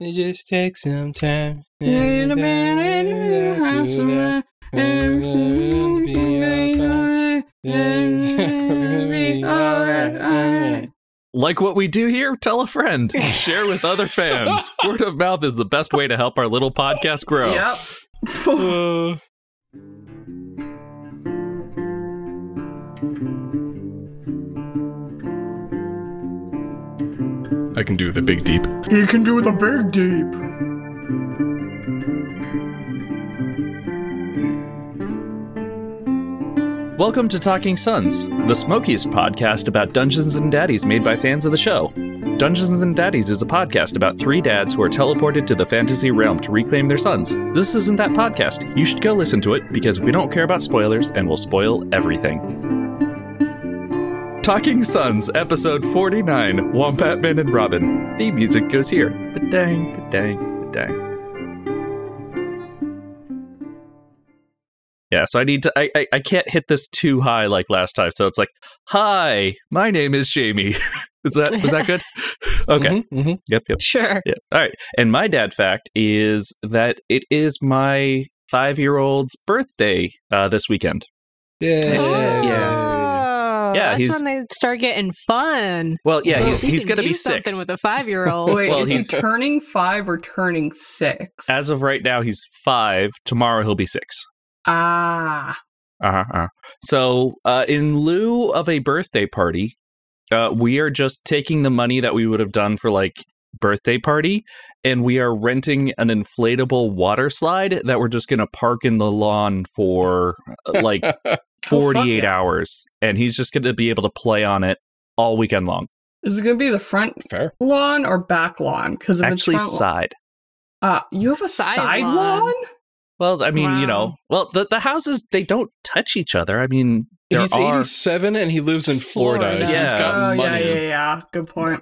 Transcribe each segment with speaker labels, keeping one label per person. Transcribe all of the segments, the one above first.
Speaker 1: It just takes some time.
Speaker 2: Yeah,
Speaker 1: And
Speaker 2: the band
Speaker 1: then
Speaker 2: ain't
Speaker 1: after
Speaker 2: have some
Speaker 1: that,
Speaker 2: rest.
Speaker 1: be
Speaker 2: Everything will be
Speaker 1: awesome.
Speaker 2: alright. Everything will be alright, alright.
Speaker 3: Like what we do here, tell a friend, share with other fans. Word of mouth is the best way to help our little podcast grow.
Speaker 2: Yep.
Speaker 1: Uh,
Speaker 3: I can do the big deep.
Speaker 4: You can do the big deep.
Speaker 3: Welcome to Talking Sons, the smokiest podcast about Dungeons and Daddies made by fans of the show. Dungeons and Daddies is a podcast about three dads who are teleported to the fantasy realm to reclaim their sons. This isn't that podcast. You should go listen to it because we don't care about spoilers and we'll spoil everything. Talking Sons, episode 49 Wombat Man and Robin. The music goes here. Ba-dang, ba-dang, ba-dang. Yeah, so I need to. I, I I can't hit this too high like last time. So it's like, "Hi, my name is Jamie." is that was that good? Okay.
Speaker 2: Mm-hmm.
Speaker 1: mhm, mhm.
Speaker 3: Yep. Yep.
Speaker 2: Sure.
Speaker 3: Yeah. All right. And my dad fact is that it is my five year old's birthday uh, this weekend.
Speaker 1: Yeah.
Speaker 2: Oh,
Speaker 3: Yeah,
Speaker 2: That's
Speaker 3: he's-
Speaker 2: when they start getting fun.
Speaker 3: Well, yeah, he's,
Speaker 2: You
Speaker 3: he's
Speaker 2: can
Speaker 3: going to
Speaker 2: do
Speaker 3: be
Speaker 2: Something
Speaker 3: six.
Speaker 2: with a five-year-old.
Speaker 5: Oh, Wait,
Speaker 3: Well,
Speaker 5: is he
Speaker 3: he's-
Speaker 5: turning five or turning six?
Speaker 3: As of right now, he's five. Tomorrow, he'll be six.
Speaker 5: ah,
Speaker 3: Uh-huh, uh-huh. So, uh, in lieu of a birthday party, uh, we are just taking the money that we would have done for like birthday party, and we are renting an inflatable water slide that we're just going to park in the lawn for uh, like
Speaker 1: Oh,
Speaker 3: 48
Speaker 5: yeah.
Speaker 3: hours, and he's just going to be able to play on it all weekend long.
Speaker 5: is it going to be the front
Speaker 1: Fair.
Speaker 5: lawn or back lawn? Because
Speaker 3: Actually,
Speaker 5: it's front,
Speaker 3: side.
Speaker 5: lawn- uh, you have a
Speaker 2: Side
Speaker 5: side,
Speaker 2: lawn.
Speaker 5: lawn.
Speaker 3: Well, I mean, you know,
Speaker 2: Wow.
Speaker 3: well, the, the houses they don't touch each other. I mean, there
Speaker 1: He's
Speaker 3: are.
Speaker 1: 87 and he lives in Florida.
Speaker 2: Florida.
Speaker 1: He's
Speaker 3: Yeah.
Speaker 1: got
Speaker 5: Oh yeah,
Speaker 1: money.
Speaker 5: yeah, yeah. Good point.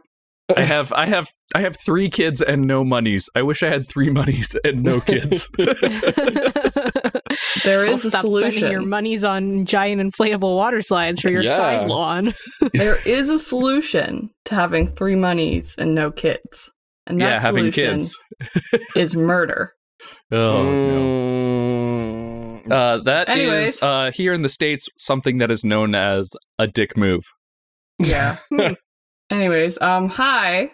Speaker 3: I have, I have, I have three kids and no monies. I wish I had three monies and no kids.
Speaker 5: There
Speaker 2: Well,
Speaker 5: is a
Speaker 2: stop spending your
Speaker 5: solution.
Speaker 2: monies on giant inflatable water slides for your
Speaker 1: Yeah.
Speaker 2: side lawn.
Speaker 5: there is a solution to having three monies and no kids, and that
Speaker 3: yeah, having
Speaker 5: solution
Speaker 3: kids.
Speaker 5: is murder.
Speaker 3: Oh no.
Speaker 1: Mm.
Speaker 3: Uh, that is,
Speaker 5: Anyways.
Speaker 3: uh, here in the states something that is known as a dick move.
Speaker 5: Yeah. Anyways, um, hi.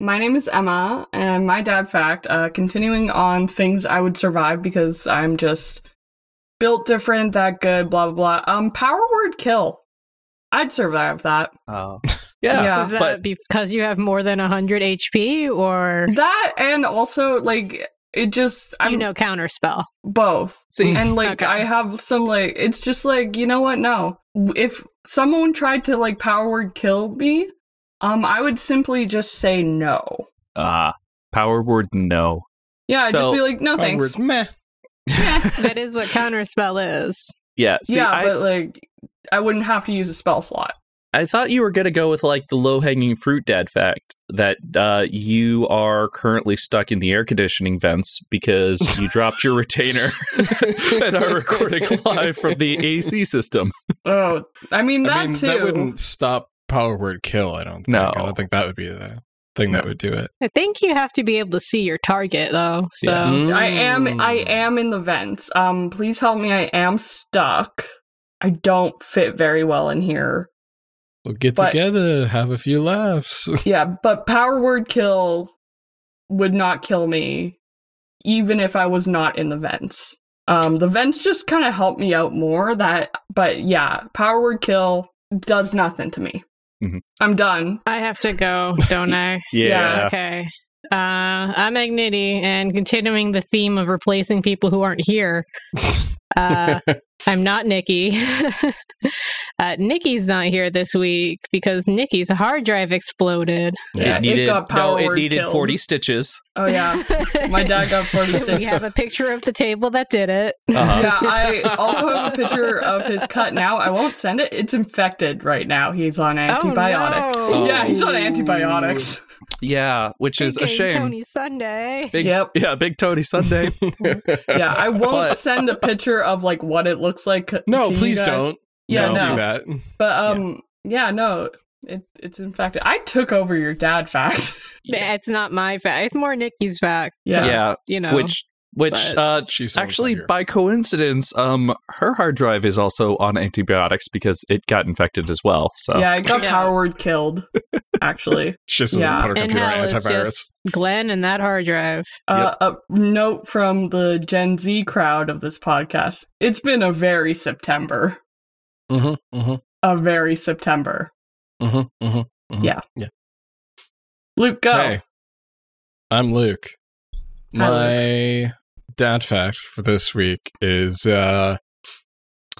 Speaker 5: My name is Emma, and my dad fact, uh, continuing on things I would survive because I'm just built different, that good, blah, blah, blah. Um, power word kill. I'd survive that.
Speaker 3: Oh,
Speaker 5: Yeah.
Speaker 2: Is that
Speaker 3: but-
Speaker 2: because you have more than 100 HP or,
Speaker 5: That, and also, like, it just, I'm
Speaker 2: you know, counterspell?
Speaker 5: both.
Speaker 3: See,
Speaker 5: And, like,
Speaker 2: Okay.
Speaker 5: I have some, like, it's just like, you know what? No. If someone tried to, like, power word kill me, um, I would simply just say no.
Speaker 3: ah, power word no.
Speaker 5: Yeah, I'd just
Speaker 3: So,
Speaker 5: be like, no, thanks.
Speaker 1: Onward. Meh.
Speaker 2: That is what counterspell is.
Speaker 3: Yeah. See,
Speaker 5: yeah,
Speaker 3: I,
Speaker 5: but like I wouldn't have to use a spell slot.
Speaker 3: I thought you were going to go with like the low hanging fruit dad fact that uh, you are currently stuck in the air conditioning vents because you dropped your retainer and are recording live from the AC system.
Speaker 5: Oh, I mean that
Speaker 1: I mean,
Speaker 5: too.
Speaker 1: that wouldn't stop power word kill, I don't think.
Speaker 3: No.
Speaker 1: I don't think that would be the thing that
Speaker 3: No.
Speaker 1: would do it.
Speaker 2: I think you have to be able to see your target though. So
Speaker 3: Yeah. Mm.
Speaker 5: I am I
Speaker 1: Hmm. Mm.
Speaker 5: am in the vents. Um please help me. I am stuck. I don't fit very well in here.
Speaker 1: We'll get
Speaker 5: But-
Speaker 1: together, have a few laughs.
Speaker 5: Yeah, but power word kill would not kill me even if I was not in the vents. Um the vents just kind of help me out more that but yeah, power word kill does nothing to me.
Speaker 1: Mm-hmm.
Speaker 3: Mhm.
Speaker 5: I'm done.
Speaker 2: I have to go, don't I?
Speaker 3: Yeah.
Speaker 2: Okay. Uh, I'm Agniti, and continuing the theme of replacing people who aren't here, uh, I'm not Nikki. uh, Nikki's not here this week because Nikki's hard drive exploded.
Speaker 5: Yeah, it got
Speaker 3: no,
Speaker 5: power
Speaker 3: it
Speaker 5: word
Speaker 3: needed
Speaker 5: killed.
Speaker 3: 40 stitches.
Speaker 5: Oh yeah. My dad got 46.
Speaker 2: we have a picture of the table that did it.
Speaker 3: Uh-huh.
Speaker 5: yeah, I also have a picture of his cut now. I won't send it. It's infected right now. He's on antibiotic.
Speaker 2: Oh, no.
Speaker 5: Yeah, he's on antibiotics.
Speaker 3: Yeah, which is a
Speaker 2: Thinking
Speaker 3: shame.
Speaker 2: Tony Sunday.
Speaker 3: Big,
Speaker 5: Yep.
Speaker 3: Yeah, Big Tony Sunday.
Speaker 5: Yeah, I won't
Speaker 3: Oh. But-
Speaker 5: send a picture of like what it looks like.
Speaker 1: no,
Speaker 5: to you
Speaker 1: please
Speaker 5: guys.
Speaker 1: don't.
Speaker 5: Yeah,
Speaker 1: don't
Speaker 5: no.
Speaker 1: do that.
Speaker 5: But um yeah, no. It, it's infected. I took over your dad fact.
Speaker 2: Yeah, It's not my fact. It's more Nikki's fact.
Speaker 5: Yes.
Speaker 3: Yeah.
Speaker 2: You know.
Speaker 3: which which
Speaker 2: but-
Speaker 3: uh
Speaker 1: She's
Speaker 3: actually by coincidence um her hard drive is also on antibiotics because it got infected as well so
Speaker 5: Yeah, I got
Speaker 2: Yeah.
Speaker 5: Howard killed, actually.
Speaker 1: she just doesn't
Speaker 5: yeah.
Speaker 1: put her
Speaker 2: and
Speaker 1: computer
Speaker 2: hell
Speaker 1: on
Speaker 2: is
Speaker 1: antivirus.
Speaker 2: just Glenn and that hard drive.
Speaker 5: Uh, A note from the Gen Z crowd of this podcast. It's been a very September.
Speaker 1: Mm-hmm, mm-hmm,
Speaker 5: A very September.
Speaker 1: mm-hmm,
Speaker 5: Oh,
Speaker 1: mm-hmm.
Speaker 5: Luke, go.
Speaker 1: Hey, I'm Luke.
Speaker 5: Hi,
Speaker 1: My dad fact for this week is uh,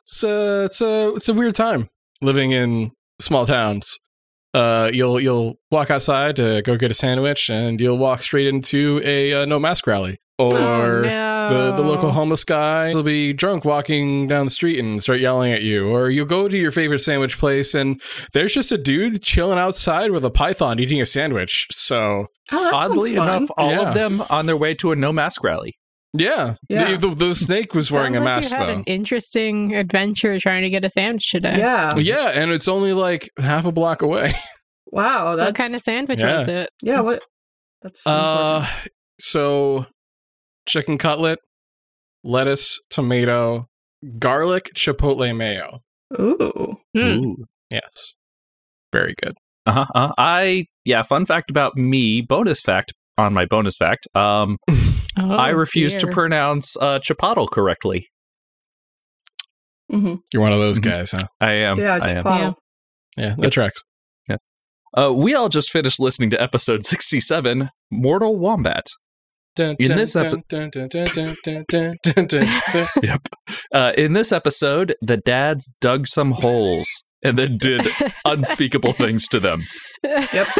Speaker 1: it's a, it's a it's a weird time living in small towns. Uh, you'll you'll walk outside to go get a sandwich, and you'll walk straight into a uh, no mask rally or.
Speaker 2: oh,
Speaker 1: The, the local
Speaker 2: no.
Speaker 1: homeless guy will be drunk walking down the street and start yelling at you. Or you'll go to your favorite sandwich place and there's just a dude chilling outside with a python eating a sandwich. So,
Speaker 5: Oh, that sounds
Speaker 3: oddly
Speaker 5: fun.
Speaker 3: enough all
Speaker 1: Yeah.
Speaker 3: of them on their way to a no mask rally
Speaker 1: yeah.
Speaker 5: Yeah.
Speaker 1: The, the, the snake was wearing
Speaker 2: Sounds
Speaker 1: a
Speaker 2: like
Speaker 1: mask,
Speaker 2: you had
Speaker 1: though.
Speaker 2: an interesting adventure trying to get a sandwich today.
Speaker 5: Yeah.
Speaker 1: yeah, and it's only like half a block away.
Speaker 5: Wow. That's
Speaker 2: What kind of sandwich
Speaker 1: Yeah.
Speaker 2: was it?
Speaker 5: Yeah, what? That's
Speaker 1: Uh,
Speaker 5: unfortunate.
Speaker 1: so, chicken cutlet, lettuce, tomato, garlic, chipotle mayo.
Speaker 5: Ooh.
Speaker 2: Hmm.
Speaker 1: Yes. Very good.
Speaker 3: uh-huh, uh i yeah fun fact about me bonus fact on my bonus fact um
Speaker 2: Oh,
Speaker 3: i refuse to
Speaker 2: dear.
Speaker 3: pronounce uh chipotle correctly
Speaker 5: hmm
Speaker 1: You're one of those
Speaker 3: Mhm.
Speaker 1: guys, huh?
Speaker 3: i am
Speaker 5: Yeah,
Speaker 3: i am
Speaker 5: Chipotle.
Speaker 1: Yeah, that tracks.
Speaker 3: uh we all just finished listening to episode 67 mortal wombat In this epi-
Speaker 1: episode,
Speaker 3: Yep. Uh, in this episode, the dads dug some holes and then did unspeakable things to them.
Speaker 5: Yep.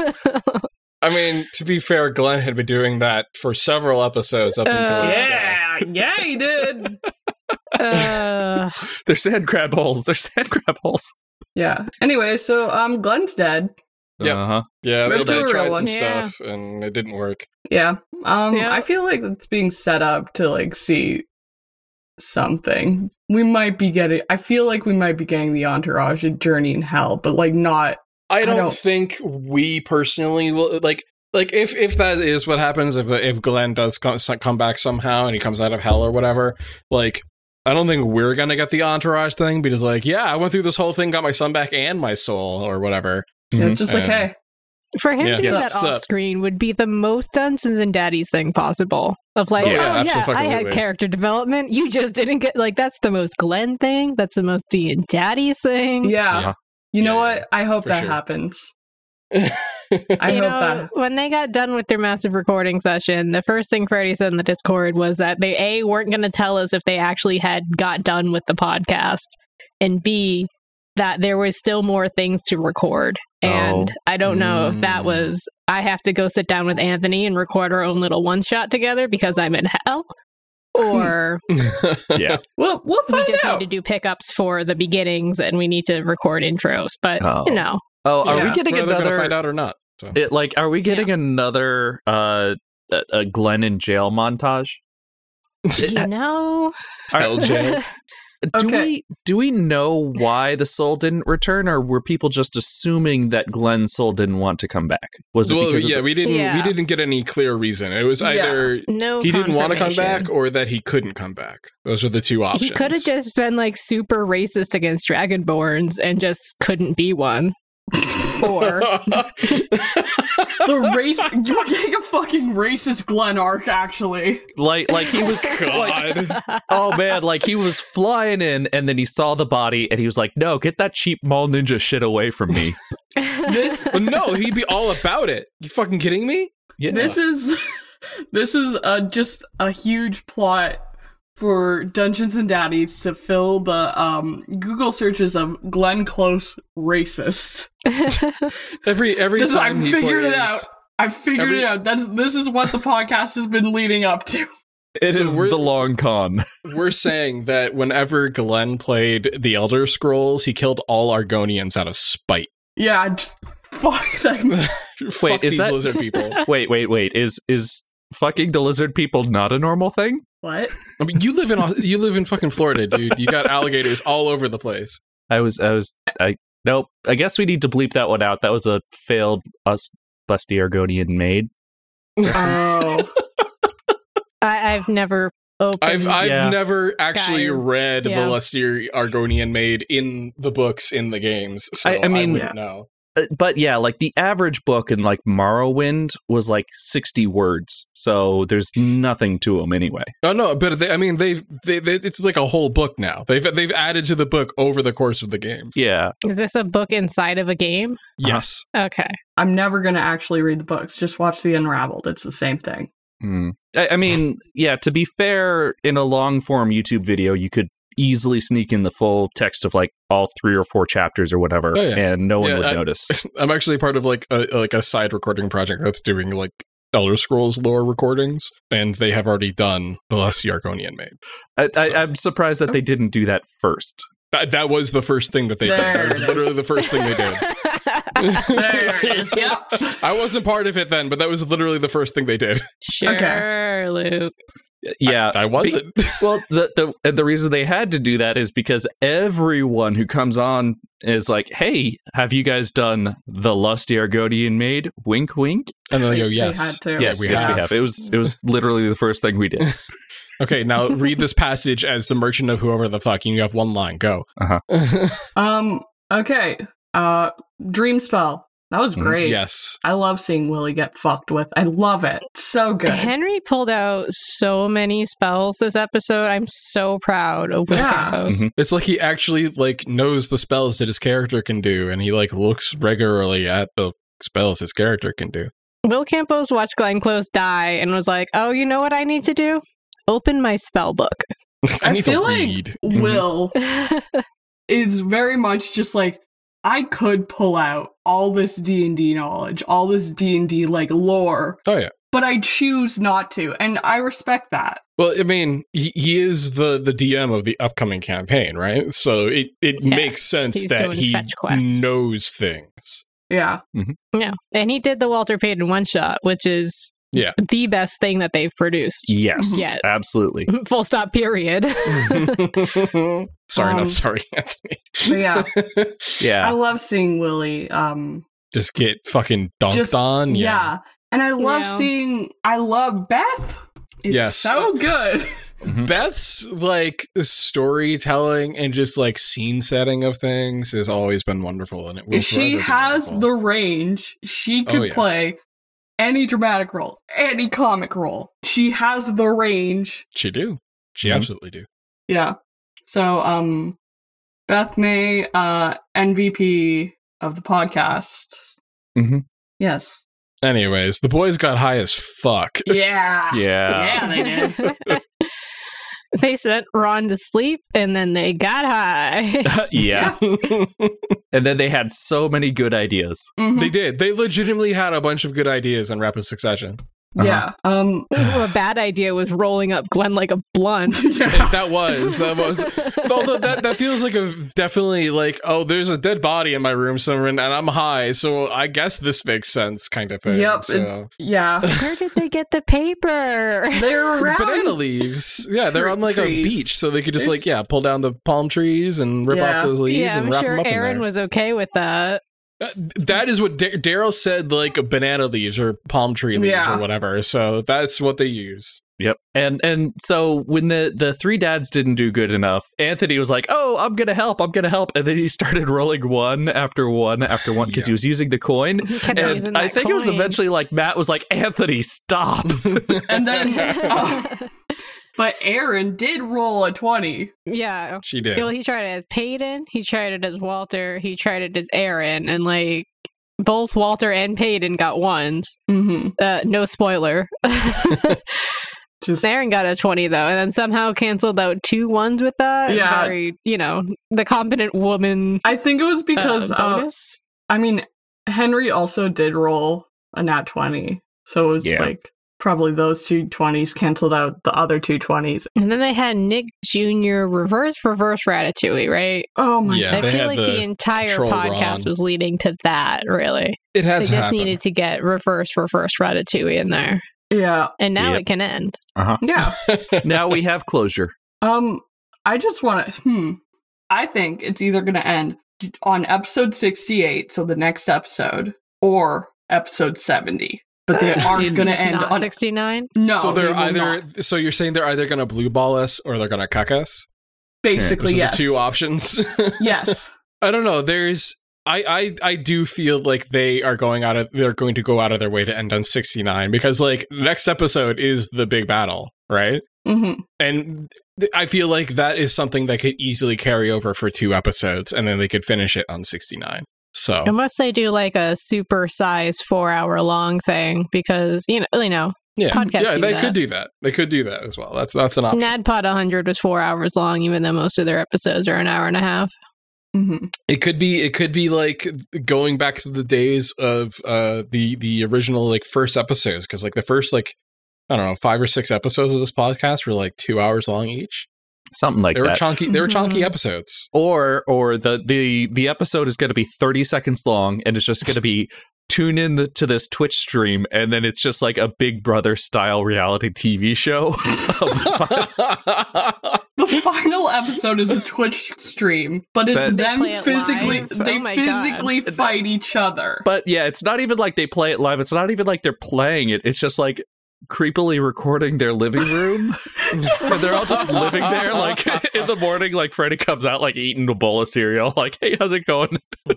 Speaker 1: I mean, to be fair, Glenn had been doing that for several episodes up until
Speaker 2: Uh,
Speaker 1: this day.
Speaker 5: Yeah, yeah, he did.
Speaker 2: Uh,
Speaker 3: They're sand crab holes. They're sand crab holes.
Speaker 5: yeah. Anyway, so um, Glenn's dead.
Speaker 1: Yep.
Speaker 3: Uh-huh.
Speaker 1: Yeah, they,
Speaker 5: Real
Speaker 1: they tried
Speaker 5: real
Speaker 1: some
Speaker 5: one.
Speaker 2: Yeah.
Speaker 1: stuff and it didn't work.
Speaker 5: Yeah. Um,
Speaker 2: Yeah.
Speaker 5: I feel like it's being set up to like see something. We might be getting. I feel like we might be getting the entourage of Journey in Hell, but like not.
Speaker 1: I don't,
Speaker 5: don't-
Speaker 1: think we personally will like like if if that is what happens if if Glenn does come, come back somehow and he comes out of hell or whatever like I don't think we're gonna get the entourage thing because like yeah I went through this whole thing got my son back and my soul or whatever
Speaker 5: It's just like,
Speaker 1: Yeah.
Speaker 5: hey,
Speaker 2: for him
Speaker 1: Yeah.
Speaker 2: to do
Speaker 1: Yeah.
Speaker 2: that
Speaker 1: So-
Speaker 2: off screen would be the most Dunsons and Daddies thing possible. Of like,
Speaker 1: Oh,
Speaker 2: oh
Speaker 1: yeah,
Speaker 2: yeah, I
Speaker 1: absolutely.
Speaker 2: had character development. You just didn't get like that's the most Glenn thing. That's the most D and Daddies thing.
Speaker 5: yeah.
Speaker 3: Yeah.
Speaker 5: You know
Speaker 1: Yeah, yeah,
Speaker 5: what? I hope
Speaker 1: for
Speaker 5: that
Speaker 1: sure.
Speaker 5: happens.
Speaker 1: yeah
Speaker 5: I
Speaker 2: you
Speaker 5: hope
Speaker 2: know,
Speaker 5: that.
Speaker 2: when they got done with their massive recording session, the first thing Freddy said in the Discord was that they a weren't going to tell us if they actually had got done with the podcast, and b that there was still more things to record. And
Speaker 3: Oh.
Speaker 2: I don't know if that
Speaker 3: Mm.
Speaker 2: was I have to go sit down with Anthony and record our own little one shot together because I'm in hell, or
Speaker 3: Yeah.
Speaker 5: We'll we'll
Speaker 2: we
Speaker 5: find
Speaker 2: just
Speaker 5: out.
Speaker 2: need to do pickups for the beginnings and we need to record intros. But
Speaker 3: Oh.
Speaker 2: you know,
Speaker 3: Oh, are
Speaker 5: Yeah.
Speaker 3: we getting
Speaker 1: we're either gonna find
Speaker 3: another?
Speaker 1: out or not so.
Speaker 3: It, like, are we getting another uh, a, a Glenn in jail montage?
Speaker 2: you know,
Speaker 3: Are-
Speaker 1: Hell jail.
Speaker 3: Do
Speaker 5: Okay.
Speaker 3: we do we know why the soul didn't return, or were people just assuming that Glenn's soul didn't want to come back? Was it
Speaker 1: well
Speaker 3: because of
Speaker 1: yeah
Speaker 3: the-
Speaker 1: we didn't we
Speaker 2: Yeah.
Speaker 1: didn't get any clear reason it was
Speaker 5: Yeah.
Speaker 1: either
Speaker 2: no,
Speaker 1: he didn't want to come
Speaker 2: confirmation.
Speaker 1: back or that he couldn't come back those are the two options
Speaker 2: He could have just been like super racist against Dragonborns and just couldn't be one. or
Speaker 5: the race. You're getting a fucking racist Glen arc, actually.
Speaker 3: like like he was like
Speaker 1: God.
Speaker 3: oh man, like he was flying in and then he saw the body and he was like, no, get that cheap mall ninja shit away from me.
Speaker 5: This
Speaker 1: Well, no, he'd be all about it. You fucking kidding me?
Speaker 3: Yeah.
Speaker 5: this is this is uh just a huge plot for Dungeons and Daddies to fill the um, Google searches of Glenn Close racist.
Speaker 1: Every every
Speaker 5: This I
Speaker 1: time he
Speaker 5: figured
Speaker 1: plays,
Speaker 5: it out. I figured
Speaker 1: Every-
Speaker 5: it out. That's this is what the podcast has been leading up to.
Speaker 3: It
Speaker 1: So
Speaker 3: is
Speaker 1: we're-
Speaker 3: the long con.
Speaker 1: We're saying that whenever Glenn played the Elder Scrolls, he killed all Argonians out of spite.
Speaker 5: Yeah, I just, fuck that.
Speaker 1: Fuck
Speaker 3: is
Speaker 1: these
Speaker 3: that-
Speaker 1: lizard people?
Speaker 3: Wait, wait, wait. Is is fucking the lizard people not a normal thing?
Speaker 5: What?
Speaker 1: I mean, you live in Au- you live in fucking Florida, dude. You got alligators all over the place.
Speaker 3: I was I was I Nope. I guess we need to bleep that one out. That was a failed us busty Argonian maid.
Speaker 5: Oh.
Speaker 2: I, I've never opened.
Speaker 1: I've I've
Speaker 3: Yeah.
Speaker 1: never actually
Speaker 2: Guy.
Speaker 1: read
Speaker 2: Yeah.
Speaker 1: the Lustier Argonian Maid in the books in the games, so
Speaker 3: I-
Speaker 1: I,
Speaker 3: I mean-
Speaker 1: wouldn't know.
Speaker 3: Uh, But yeah, like the average book in like Morrowind was like 60 words. So there's nothing to them anyway.
Speaker 1: Oh no, but they, I mean they've they, they, it's like a whole book now. They've they've added to the book over the course of the game.
Speaker 3: Yeah.
Speaker 2: Is this a book inside of a game?
Speaker 1: Yes,
Speaker 2: Okay.
Speaker 5: I'm never going to actually read the books. Just watch The Unraveled. It's the same thing.
Speaker 1: Mm.
Speaker 3: Hmm. I, I mean, yeah, to be fair, in a long form YouTube video, you could easily sneak in the full text of like all three or four chapters or whatever,
Speaker 1: Oh, yeah.
Speaker 3: and no one
Speaker 1: Yeah,
Speaker 3: would
Speaker 1: I-
Speaker 3: notice.
Speaker 1: I'm actually part of like a like a side recording project that's doing like Elder Scrolls lore recordings, and they have already done the Lustier Argonian Maid.
Speaker 3: I, I,
Speaker 1: So-
Speaker 3: I'm surprised that they didn't do that first.
Speaker 1: That that was the first thing that they did.
Speaker 5: There
Speaker 1: That was
Speaker 5: it is.
Speaker 1: literally the first thing they did.
Speaker 5: There it is. Yep.
Speaker 1: I wasn't part of it then, but that was literally the first thing they did.
Speaker 2: Sure, Luke.
Speaker 3: Yeah,
Speaker 1: I wasn't.
Speaker 3: well the, the and the reason they had to do that is because everyone who comes on is like hey have you guys done the lusty argodian maid wink wink
Speaker 1: And then they go,
Speaker 5: They
Speaker 1: yes.
Speaker 5: had to.
Speaker 3: yes
Speaker 1: we
Speaker 3: yes
Speaker 1: have.
Speaker 3: we have it was it was literally the first thing we did
Speaker 1: Okay, now read this passage as the merchant of whoever the fuck, and you have one line. Go.
Speaker 5: Um. Okay. Uh. Dream spell. That was
Speaker 1: Mm-hmm.
Speaker 3: Mhm.
Speaker 5: great.
Speaker 1: Yes.
Speaker 5: I love seeing Willy get fucked with. I love it. So good.
Speaker 2: Henry pulled out so many spells this episode. I'm so proud of Willy
Speaker 5: Yeah.
Speaker 2: Campos.
Speaker 3: Mhm.
Speaker 1: It's like he actually like knows the spells that his character can do, and he like looks regularly at the spells his character can do.
Speaker 2: Will Campos watched Glenn Close die and was like, "Oh, you know what I need to do? Open my spell book."
Speaker 1: I need
Speaker 5: feel
Speaker 1: to
Speaker 5: like
Speaker 1: read.
Speaker 3: Mhm.
Speaker 5: Will is very much just like I could pull out all this D and D knowledge, all this D and D like lore,
Speaker 1: Oh yeah.
Speaker 5: but I choose not to, and I respect that.
Speaker 1: Well, I mean, he, he is the the DM of the upcoming campaign, right? So it it makes sense
Speaker 2: he's
Speaker 1: that
Speaker 2: doing
Speaker 1: he
Speaker 2: fetch quests.
Speaker 1: knows things.
Speaker 5: Yeah.
Speaker 2: yeah, and he did the Walter Payton one shot, which is
Speaker 1: Yeah.
Speaker 2: the best thing that they've produced.
Speaker 3: yes
Speaker 2: Yeah.
Speaker 3: absolutely
Speaker 2: Full stop. Period.
Speaker 1: Sorry,
Speaker 5: Um,
Speaker 1: not sorry, Anthony.
Speaker 5: But yeah, I
Speaker 3: yeah
Speaker 5: love seeing Willy. Um.
Speaker 1: Just get fucking dunked
Speaker 5: Just-
Speaker 1: on.
Speaker 5: Yeah. And I love
Speaker 2: Yeah.
Speaker 5: seeing. I love Beth. Is
Speaker 1: Yes.
Speaker 5: so good.
Speaker 3: Mm-hmm.
Speaker 1: Beth's like storytelling and just like scene setting of things has always been wonderful, and it will. forever
Speaker 5: she
Speaker 1: be
Speaker 5: has
Speaker 1: wonderful.
Speaker 5: the range. She
Speaker 1: Oh,
Speaker 5: could
Speaker 1: yeah.
Speaker 5: play any dramatic role, any comic role. She has the range.
Speaker 1: She do. She
Speaker 3: Mhm.
Speaker 1: absolutely do.
Speaker 5: Yeah. So, um, Beth May, uh, MVP of the podcast.
Speaker 1: Mm-hmm.
Speaker 3: Mhm.
Speaker 5: Yes.
Speaker 1: Anyways, the boys got high as fuck.
Speaker 3: yeah
Speaker 5: Yeah. Yeah, they did.
Speaker 2: They sent Ron to sleep, and then they got high.
Speaker 3: yeah and then they had so many good ideas
Speaker 5: Mhm.
Speaker 1: They did. They legitimately had a bunch of good ideas in rapid succession.
Speaker 5: Yeah.
Speaker 1: uh-huh.
Speaker 5: Um,
Speaker 2: a bad idea was rolling up Glenn like a blunt.
Speaker 1: If that was that was. Although that that feels like a definitely like oh there's a dead body in my room somewhere and I'm high so I guess this makes sense kind of thing.
Speaker 5: yep.
Speaker 1: So.
Speaker 5: It's, yeah.
Speaker 2: Where did they get the paper?
Speaker 5: They're around.
Speaker 1: banana leaves. Yeah, they're
Speaker 5: tre-
Speaker 1: on like a
Speaker 5: trees.
Speaker 1: beach, so they could just
Speaker 5: There's-
Speaker 1: like yeah, pull down the palm trees and rip
Speaker 5: Yeah.
Speaker 1: off those leaves
Speaker 2: yeah,
Speaker 1: and
Speaker 2: I'm
Speaker 1: wrap them
Speaker 2: sure
Speaker 1: up
Speaker 2: Aaron
Speaker 1: in there.
Speaker 2: was okay with that.
Speaker 1: Uh, that is what Dar- Daryl said, like banana leaves or palm tree leaves
Speaker 5: Yeah.
Speaker 1: or whatever. So that's what they use.
Speaker 3: Yep. And and so when the the three dads didn't do good enough, Anthony was like, "Oh, I'm gonna help. I'm gonna help." And then he started rolling one after one after one because he was using the coin.
Speaker 2: kept using
Speaker 3: And I
Speaker 2: that
Speaker 3: think it was
Speaker 2: coin.
Speaker 3: eventually like Matt was like, "Anthony, stop."
Speaker 5: And then, oh, but Aaron did roll a 20.
Speaker 2: yeah.
Speaker 1: She did.
Speaker 2: Well, he tried it as Peyton. He tried it as Walter. He tried it as Aaron, and like both Walter and Peyton got ones.
Speaker 5: Mm-hmm.
Speaker 2: Uh, no spoiler.
Speaker 5: Just
Speaker 2: Aaron got a twenty though, and then somehow canceled out two ones with that.
Speaker 5: Yeah.
Speaker 2: Very, you know, the competent woman
Speaker 5: I think it was because
Speaker 2: uh,
Speaker 5: uh,
Speaker 2: bonus.
Speaker 5: I mean Henry also did roll a nat twenty, so it was
Speaker 3: Yeah.
Speaker 5: like probably those two 20s canceled out the other two 20s.
Speaker 2: and then they had Nick Jr. reverse reverse ratatouille, right?
Speaker 5: Oh my
Speaker 1: Yeah,
Speaker 2: I
Speaker 5: god!
Speaker 1: they
Speaker 2: feel
Speaker 1: had
Speaker 2: like
Speaker 1: the
Speaker 2: the, entire
Speaker 1: troll
Speaker 2: podcast
Speaker 1: Ron.
Speaker 2: was leading to that, really.
Speaker 1: it had
Speaker 2: They
Speaker 1: to
Speaker 2: just
Speaker 1: happen.
Speaker 2: needed to get reverse, reverse Ratatouille in there.
Speaker 5: Yeah,
Speaker 2: And now
Speaker 3: Yep.
Speaker 2: it can end.
Speaker 5: yeah.
Speaker 3: now we have closure.
Speaker 5: um, I just want to. Hmm. I think it's either going to end d- on episode 68, so the next episode, or episode 70. But they aren't going to
Speaker 2: It's
Speaker 5: end
Speaker 2: not
Speaker 5: on
Speaker 2: 69.
Speaker 5: No,
Speaker 1: so they're
Speaker 5: they will
Speaker 1: either
Speaker 5: not.
Speaker 1: so you're saying they're either going to blue ball us or they're going to cuck us. Those
Speaker 5: basically
Speaker 1: are
Speaker 5: yes.
Speaker 1: the two options.
Speaker 5: yes.
Speaker 1: I don't know. There's I, I I do feel like they are going out of they're going to go out of their way to end on 69 because like next episode is the big battle, right?
Speaker 5: Mhm.
Speaker 1: And th- I feel like that is something that could easily carry over for two episodes and then they could finish it on 69. So
Speaker 2: Unless they do like a super size four hour long thing because, you know, you know,
Speaker 1: yeah.
Speaker 2: podcasts
Speaker 1: yeah,
Speaker 2: do
Speaker 1: they
Speaker 2: that.
Speaker 1: could do that. They could do that as well. That's that's an option.
Speaker 2: NADPOD 100 was four hours long, even though most of their episodes are an hour and a half.
Speaker 5: Mhm.
Speaker 1: It could be it could be like going back to the days of uh the the original like first episodes because like the first like I don't know five or six episodes of this podcast were like two hours long each.
Speaker 3: something like
Speaker 1: they were
Speaker 3: that.
Speaker 1: chunky. They were chunky
Speaker 2: Mhm.
Speaker 1: episodes.
Speaker 3: or or the the the episode is going to be 30 seconds long and it's just going to be tune in the, to this twitch stream and then it's just like a big brother style reality tv show
Speaker 5: The final episode is a Twitch stream, but it's
Speaker 3: That-
Speaker 2: They
Speaker 5: them
Speaker 2: play it
Speaker 5: physically
Speaker 2: live?
Speaker 5: they
Speaker 2: Oh my God.
Speaker 5: physically fight each other.
Speaker 3: but yeah it's not even like they play it live it's not even like they're playing it it's just like creepily recording their living room and they're all just living there like in the morning like freddy comes out like eating a bowl of cereal like hey how's it going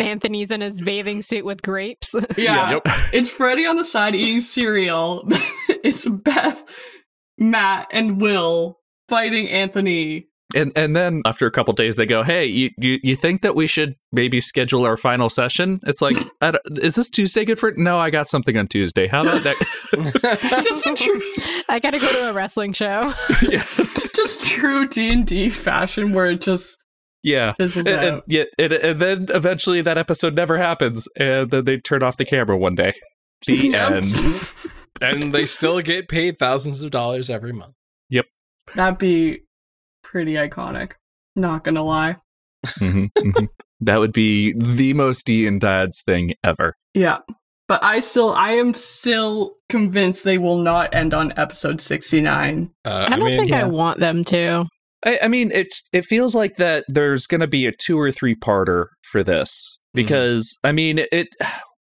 Speaker 2: Anthony's in his bathing suit with grapes.
Speaker 5: yeah.
Speaker 3: yep.
Speaker 5: It's Freddy on the side eating cereal. it's Beth, Matt, and Will fighting Anthony.
Speaker 3: and and then after a couple days they go hey you, you you think that we should maybe schedule our final session it's like I don't- is this tuesday good for no i got something on tuesday how about that
Speaker 5: Just in true,
Speaker 2: I gotta go to a wrestling show.
Speaker 5: just true D and D fashion, where it just
Speaker 3: yeah
Speaker 5: fizzles
Speaker 3: and, and,
Speaker 5: out.
Speaker 3: yeah, and, and then eventually that episode never happens and then they turn off the camera one day the
Speaker 5: Yeah.
Speaker 3: end
Speaker 1: and they still get paid thousands of dollars every month.
Speaker 5: That'd be pretty iconic. Not gonna lie.
Speaker 3: Mhm, mhm. that would be the most d and dads thing ever
Speaker 5: Yeah. But I still, I am still convinced they will not end on episode 69.
Speaker 1: Uh,
Speaker 2: I don't
Speaker 1: mean,
Speaker 2: think I
Speaker 1: yeah.
Speaker 2: want them to.
Speaker 3: I, I mean, it's it feels like that there's going to be a two or three parter for this because I mean it.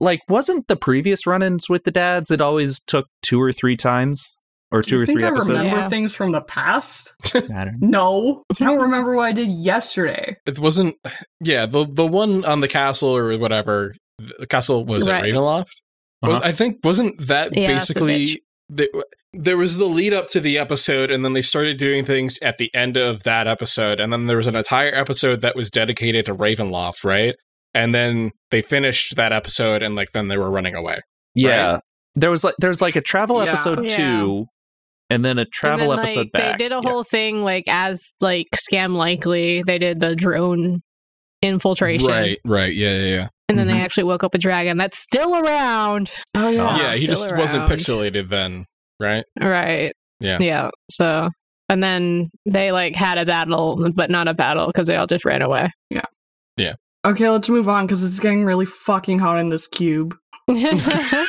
Speaker 3: Like, wasn't the previous run-ins with the dads? It always took two or three times, or two
Speaker 5: you
Speaker 3: or
Speaker 5: think
Speaker 3: three
Speaker 5: I
Speaker 3: episodes.
Speaker 5: remember
Speaker 2: Yeah.
Speaker 5: things from the past?
Speaker 3: I don't-
Speaker 5: No. I don't remember what I did yesterday.
Speaker 1: it wasn't. Yeah, the the one on the castle or whatever. The castle was
Speaker 2: Right.
Speaker 1: it Ravenloft? Was-
Speaker 3: Uh-huh.
Speaker 1: I think wasn't that
Speaker 2: Yeah, it's a bitch.
Speaker 1: basically the, there was the lead up to the episode, and then they started doing things at the end of that episode, and then there was an entire episode that was dedicated to Ravenloft, right? And then they finished that episode, and like then they were running away.
Speaker 3: Yeah, there was like there's like a travel
Speaker 5: Yeah.
Speaker 3: episode
Speaker 2: Yeah.
Speaker 3: two, and then a travel
Speaker 2: And then,
Speaker 3: episode
Speaker 2: like,
Speaker 3: back.
Speaker 2: They did a
Speaker 3: Yeah.
Speaker 2: whole thing like as like scam likely. They did the drone infiltration,
Speaker 1: Right, right, yeah, yeah,
Speaker 2: and then
Speaker 3: Mhm.
Speaker 2: they
Speaker 1: Mm-hmm.
Speaker 2: actually woke up a dragon that's still around.
Speaker 5: Oh,
Speaker 1: yeah.
Speaker 3: Ah,
Speaker 1: yeah, he
Speaker 2: still
Speaker 1: just wasn't
Speaker 2: around.
Speaker 1: pixelated then, right?
Speaker 2: Right.
Speaker 1: Yeah.
Speaker 2: Yeah. So, and then they like had a battle, but not a battle because they all just ran away.
Speaker 5: Okay, let's move on because it's getting really fucking hot in this cube.
Speaker 2: Oh, Do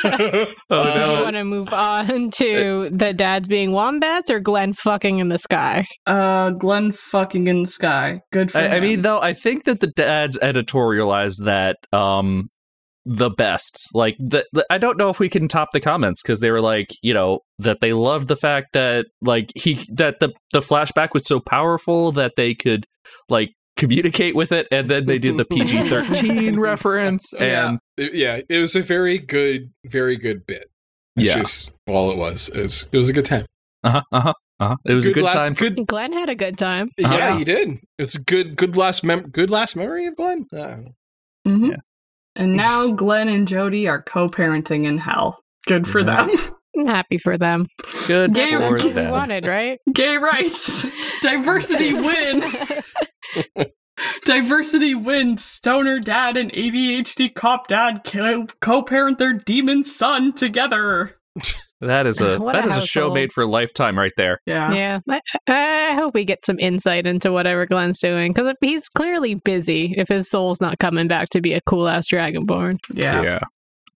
Speaker 1: Uh,
Speaker 2: you
Speaker 1: no.
Speaker 2: want to move on to the dads being wombats or Glenn fucking in the sky?
Speaker 5: Uh, Glenn fucking in the sky. Good for
Speaker 3: I, I
Speaker 5: him.
Speaker 3: mean, though, I think that the dads editorialized that um, the best. Like, the, the- I don't know if we can top the comments because they were like, you know, that they loved the fact that like he that the the flashback was so powerful that they could like communicate with it, and then they did the PG thirteen reference,
Speaker 5: Yeah.
Speaker 3: and
Speaker 1: It- yeah, it was a very good, very good bit. It's
Speaker 3: Yeah.
Speaker 1: just all it was. It was, it was a good time.
Speaker 3: uh-huh, uh-huh, uh-huh. it was a good
Speaker 1: last-
Speaker 3: time.
Speaker 1: Good
Speaker 2: Glenn had a good time.
Speaker 3: Uh-huh.
Speaker 1: Yeah, you did. It's a good, good last mem, good last memory of Glenn. Uh,
Speaker 5: Mhm.
Speaker 3: Yeah.
Speaker 5: and now Glenn and Jody are co-parenting in hell. Good for
Speaker 3: Yeah.
Speaker 5: them.
Speaker 2: I'm happy for them.
Speaker 3: For, good
Speaker 5: Gay
Speaker 3: for
Speaker 2: That's
Speaker 5: rights
Speaker 2: what we
Speaker 3: them.
Speaker 2: wanted, right?
Speaker 5: Gay rights, diversity win, diversity win. Stoner dad and ADHD cop dad co- co-parent their demon son together.
Speaker 3: That is a
Speaker 2: What a
Speaker 3: that is a show
Speaker 2: household.
Speaker 3: made for lifetime right there.
Speaker 5: Yeah.
Speaker 2: yeah. I, I hope we get some insight into whatever Glenn's doing because he's clearly busy if his soul's not coming back to be a cool ass dragonborn.
Speaker 5: Yeah.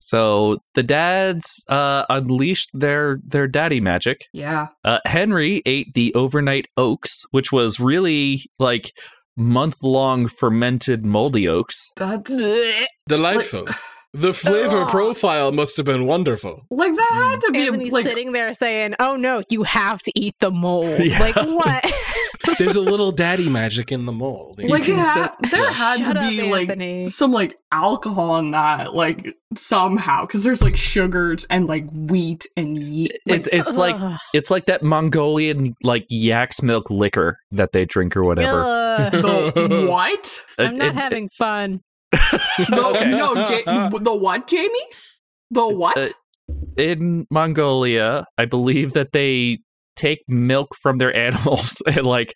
Speaker 3: So the dads uh, unleashed their their daddy magic.
Speaker 5: Yeah.
Speaker 3: Uh, Henry ate the overnight oaks, which was really like month long fermented moldy oaks.
Speaker 5: That's
Speaker 2: It
Speaker 1: Delightful. the flavor
Speaker 5: Ugh.
Speaker 1: profile must have been wonderful.
Speaker 5: like that had to be
Speaker 2: and he's
Speaker 5: like
Speaker 2: sitting there saying, "Oh no, you have to eat the mold."
Speaker 3: Yeah.
Speaker 2: Like what?
Speaker 1: There's a little daddy magic in the mold.
Speaker 5: like it
Speaker 3: can
Speaker 5: ha- there had
Speaker 2: Shut
Speaker 5: to
Speaker 2: up,
Speaker 5: be
Speaker 2: Anthony.
Speaker 5: like some like alcohol in that like somehow because there's like sugars and like wheat and yeast. Like,
Speaker 3: It's it's like
Speaker 2: Ugh.
Speaker 3: it's like that Mongolian like yak's milk liquor that they drink or whatever.
Speaker 2: Ugh.
Speaker 5: the what?
Speaker 2: I'm
Speaker 3: It-
Speaker 2: not
Speaker 3: it-
Speaker 2: having fun.
Speaker 5: The,
Speaker 3: Okay.
Speaker 5: No,
Speaker 1: Uh,
Speaker 5: ja- the what, Jamie? The what?
Speaker 3: Uh, in Mongolia, I believe that they take milk from their animals and like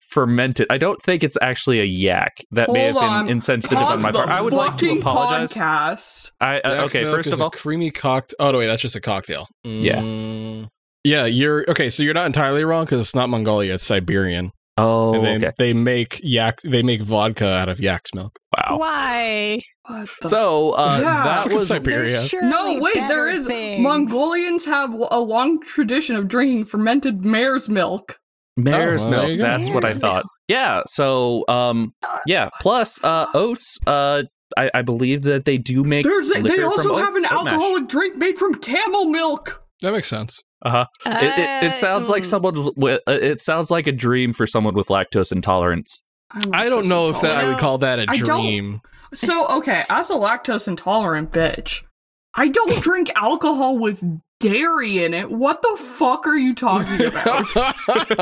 Speaker 3: ferment it. I don't think it's actually a yak. That may have
Speaker 5: Hold
Speaker 3: been
Speaker 5: on.
Speaker 3: insensitive on
Speaker 5: Pause
Speaker 3: my
Speaker 5: the
Speaker 3: part. I would like to
Speaker 5: fucking
Speaker 3: apologize.
Speaker 5: Podcast.
Speaker 3: I uh,
Speaker 1: Yak's
Speaker 3: okay,
Speaker 1: milk
Speaker 3: first
Speaker 1: is
Speaker 3: of
Speaker 1: a
Speaker 3: all,
Speaker 1: creamy cocktail. Oh no, wait, that's just a cocktail. Mm. Yeah, yeah. You're okay. So you're not entirely wrong because it's not Mongolia; it's Siberian.
Speaker 3: oh,
Speaker 1: and they,
Speaker 3: okay,
Speaker 1: they make yak. They make vodka out of yak's milk.
Speaker 3: wow.
Speaker 2: Why?
Speaker 5: What the
Speaker 3: So uh,
Speaker 5: Yeah.
Speaker 3: that
Speaker 1: Fucking
Speaker 3: was
Speaker 2: There's
Speaker 1: Siberia.
Speaker 2: surely
Speaker 5: No, wait, there
Speaker 2: better
Speaker 5: is.
Speaker 2: things.
Speaker 5: Mongolians have a long tradition of drinking fermented mare's milk.
Speaker 3: mare's
Speaker 1: Oh, well, there you
Speaker 3: milk.
Speaker 1: go.
Speaker 3: That's what I
Speaker 2: Mare's
Speaker 3: thought. Yeah. So um, yeah. Plus uh, oats. Uh, I, I believe that they do make.
Speaker 5: There's a, they
Speaker 3: liquor from
Speaker 5: also
Speaker 3: oat-
Speaker 5: have an
Speaker 3: oat mash.
Speaker 5: alcoholic drink made from camel milk.
Speaker 1: That makes sense.
Speaker 3: Uh-huh. It, it,
Speaker 2: Uh,
Speaker 3: it sounds like
Speaker 2: mm.
Speaker 3: someone. With, uh, it sounds like a dream for someone with lactose intolerance.
Speaker 1: I don't know if that I would
Speaker 2: No.
Speaker 1: call that a
Speaker 5: I don't-
Speaker 1: dream.
Speaker 5: So okay, as a lactose intolerant bitch, I don't drink alcohol with dairy in it. What the fuck are you talking about?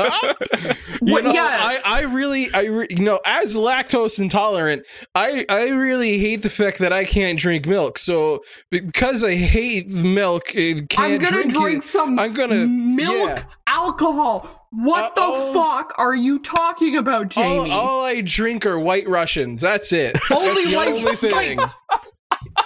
Speaker 1: you
Speaker 5: What-
Speaker 1: know,
Speaker 5: yeah.
Speaker 1: I, I really, I re- you know, as lactose intolerant, I, I really hate the fact that I can't drink milk. So because I hate milk, and can't
Speaker 5: I'm gonna drink,
Speaker 1: drink, it,
Speaker 5: some
Speaker 1: I'm gonna-
Speaker 5: milk
Speaker 1: yeah.
Speaker 5: alcohol. What the
Speaker 1: Uh-oh.
Speaker 5: fuck are you talking about,
Speaker 1: all,
Speaker 5: Jamie?
Speaker 1: all I drink are white Russians. That's it.
Speaker 5: Only
Speaker 1: That's the
Speaker 5: white-
Speaker 1: only thing.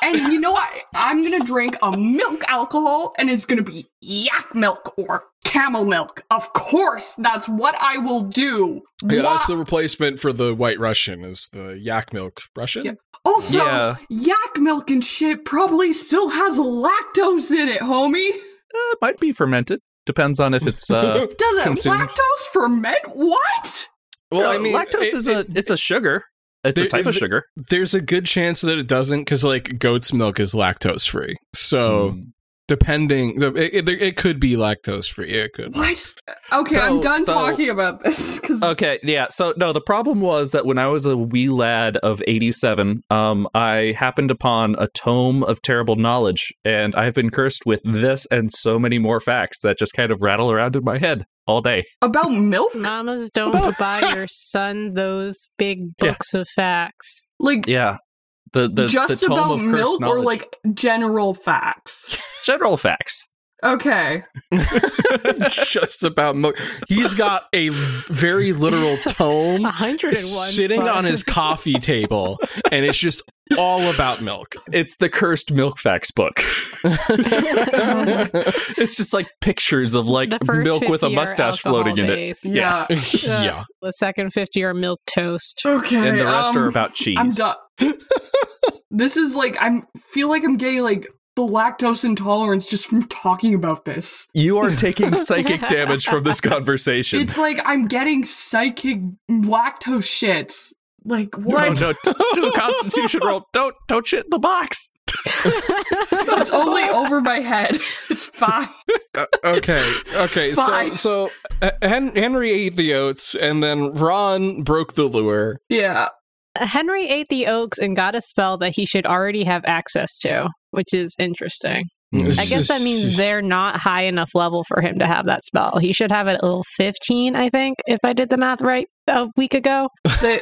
Speaker 5: And you know what? I'm gonna drink a milk alcohol, and it's gonna be yak milk or camel milk. Of course, that's what I will do.
Speaker 1: Yeah,
Speaker 5: Why-
Speaker 1: that's the replacement for the white Russian is the yak milk Russian.
Speaker 5: Yeah. also,
Speaker 3: Yeah.
Speaker 5: yak milk and shit probably still has lactose in it, homie.
Speaker 3: Uh, it might be fermented. Depends on if it's. Uh,
Speaker 5: Does it
Speaker 3: Consumed.
Speaker 5: lactose ferment? What?
Speaker 1: Well, I mean,
Speaker 3: lactose
Speaker 1: it-
Speaker 3: is
Speaker 1: it-
Speaker 3: a. It's a sugar. It's a
Speaker 1: There-
Speaker 3: type of
Speaker 1: it-
Speaker 3: sugar.
Speaker 1: there's a good chance that it doesn't because like goat's milk is lactose free. So
Speaker 3: Mm.
Speaker 1: depending, the, it, it, it could be lactose free. It could.
Speaker 5: What? Okay,
Speaker 3: So-
Speaker 5: I'm done
Speaker 3: so-
Speaker 5: talking about this. 'cause-
Speaker 3: Okay, yeah. So no, the problem was that when I was a wee lad of 87, um I happened upon a tome of terrible knowledge and I've been cursed with this and so many more facts that just kind of rattle around in my head all day.
Speaker 5: about milk.
Speaker 2: mm. Mamas don't buy your son those big
Speaker 3: Yeah.
Speaker 2: books of facts.
Speaker 5: Like
Speaker 3: Yeah. The the,
Speaker 5: just
Speaker 3: the tome
Speaker 5: about
Speaker 3: of cursed
Speaker 5: milk or
Speaker 3: knowledge.
Speaker 5: like general facts?
Speaker 3: general facts.
Speaker 5: Okay.
Speaker 1: Just about milk. He's got a very literal tome
Speaker 2: 101
Speaker 1: sitting on his coffee table, and it's just all about milk.
Speaker 3: It's the cursed milk facts book. it's just like pictures of like milk with a mustache floating in it.
Speaker 5: Yeah.
Speaker 1: yeah.
Speaker 2: The second 50 are milk toast.
Speaker 5: Okay.
Speaker 3: And the rest
Speaker 5: um,
Speaker 3: are about cheese.
Speaker 5: I'm done. this is like I'm feel like I'm getting like the lactose intolerance just from talking about this.
Speaker 3: You are taking psychic damage from this conversation.
Speaker 5: It's like I'm getting psychic lactose shits. Like what?
Speaker 3: No, no, d- do a constitution roll. Don't don't shit in the box.
Speaker 5: It's only over my head. It's fine.
Speaker 1: okay okay
Speaker 5: It's
Speaker 1: so
Speaker 5: fine.
Speaker 1: so uh, Hen- henry ate the oats and then ron broke the lure
Speaker 5: Yeah.
Speaker 2: Henry ate the oaks and got a spell that he should already have access to, which is interesting.
Speaker 3: Hmm.
Speaker 2: I guess that means they're not high enough level for him to have that spell. He should have it at level 15, I think, if I did the math right a week ago.
Speaker 5: They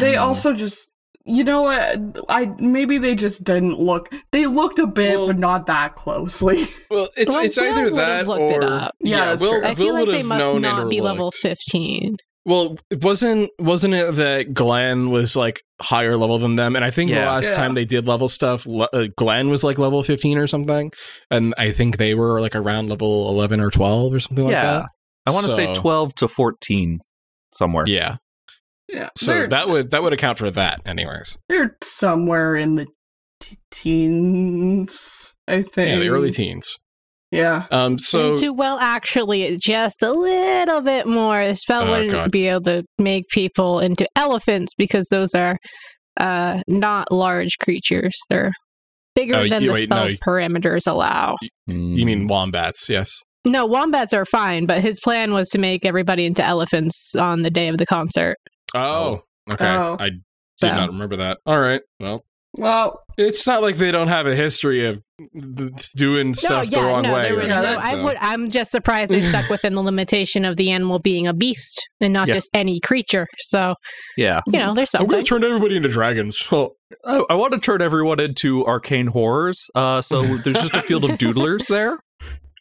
Speaker 5: they also just you know what I maybe they just didn't look. They looked a bit,
Speaker 1: Well-
Speaker 5: but not that closely.
Speaker 1: well it's
Speaker 2: Well,
Speaker 1: it's
Speaker 2: Will
Speaker 1: either
Speaker 2: would have
Speaker 1: that
Speaker 2: looked it
Speaker 1: or
Speaker 2: up.
Speaker 5: Yeah, that's
Speaker 1: Will,
Speaker 5: true.
Speaker 2: I feel
Speaker 1: Will
Speaker 2: like
Speaker 1: would
Speaker 2: they
Speaker 1: have
Speaker 2: must
Speaker 1: known it
Speaker 2: not
Speaker 1: or
Speaker 2: be
Speaker 1: looked.
Speaker 2: level 15.
Speaker 1: well wasn't wasn't it that glenn was like higher level than them and i think the
Speaker 3: Yeah.
Speaker 1: last
Speaker 5: Yeah.
Speaker 1: time they did level stuff le- uh, glenn was like level 15 or something and i think they were like around level 11 or 12 or something like
Speaker 3: yeah,
Speaker 1: that
Speaker 3: I want to say
Speaker 1: So-
Speaker 3: twelve to fourteen, somewhere.
Speaker 1: yeah
Speaker 5: Yeah.
Speaker 1: so
Speaker 5: They're-
Speaker 1: that would that would account for that anyways
Speaker 5: They're somewhere in the t- teens, I think.
Speaker 1: yeah the early teens
Speaker 5: Yeah.
Speaker 1: Um, so
Speaker 2: Into, well, actually, just a little bit more. The spell
Speaker 1: Oh,
Speaker 2: wouldn't
Speaker 1: God.
Speaker 2: be able to make people into elephants because those are uh, not large creatures. They're bigger
Speaker 1: Oh,
Speaker 2: than
Speaker 1: you-
Speaker 2: the
Speaker 1: wait, no,
Speaker 2: spell's
Speaker 1: you-
Speaker 2: parameters allow.
Speaker 3: Mm.
Speaker 1: you mean wombats? Yes.
Speaker 2: No, wombats are fine, but his plan was to make everybody into elephants on the day of the concert.
Speaker 1: Oh, okay.
Speaker 5: Oh.
Speaker 1: I did
Speaker 2: So-
Speaker 1: not remember that. All right. Well,
Speaker 5: Well,
Speaker 1: it's not like they don't have a history of doing stuff the wrong
Speaker 2: no,
Speaker 1: way.
Speaker 2: there
Speaker 1: or
Speaker 2: was
Speaker 5: Yeah,
Speaker 2: no.
Speaker 5: that-
Speaker 1: anything,
Speaker 2: I
Speaker 1: so-
Speaker 2: would. I'm just surprised they stuck within the limitation of the animal being a beast and not
Speaker 3: Yeah.
Speaker 2: just any creature. So
Speaker 3: Yeah.
Speaker 2: you know, there's
Speaker 1: I'm
Speaker 2: something.
Speaker 1: going to turn everybody into dragons. So
Speaker 3: I, I want to turn everyone into arcane horrors. Uh, so there's just a field of doodlers there.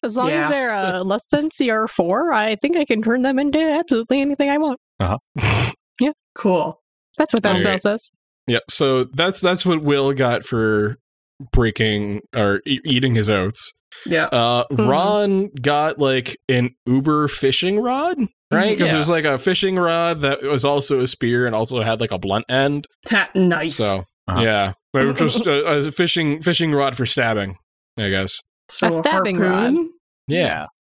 Speaker 2: As long
Speaker 5: Yeah.
Speaker 2: as they're uh, less than CR four, I think I can turn them into absolutely anything I want.
Speaker 5: cool.
Speaker 2: That's what that
Speaker 1: Okay.
Speaker 2: spell says.
Speaker 1: Yep. So that's that's what Will got for breaking or e- eating his oats.
Speaker 5: Yeah.
Speaker 1: Uh,
Speaker 2: Mhm.
Speaker 1: Ron got like an Uber fishing rod, right? Because
Speaker 3: Yeah.
Speaker 1: there's like a fishing rod that was also a spear and also had like a blunt end.
Speaker 5: Ta- nice.
Speaker 1: So
Speaker 3: Uh-huh.
Speaker 1: yeah, but it was just a, a fishing fishing rod for stabbing, I guess.
Speaker 5: So
Speaker 2: A stabbing
Speaker 5: harpoon?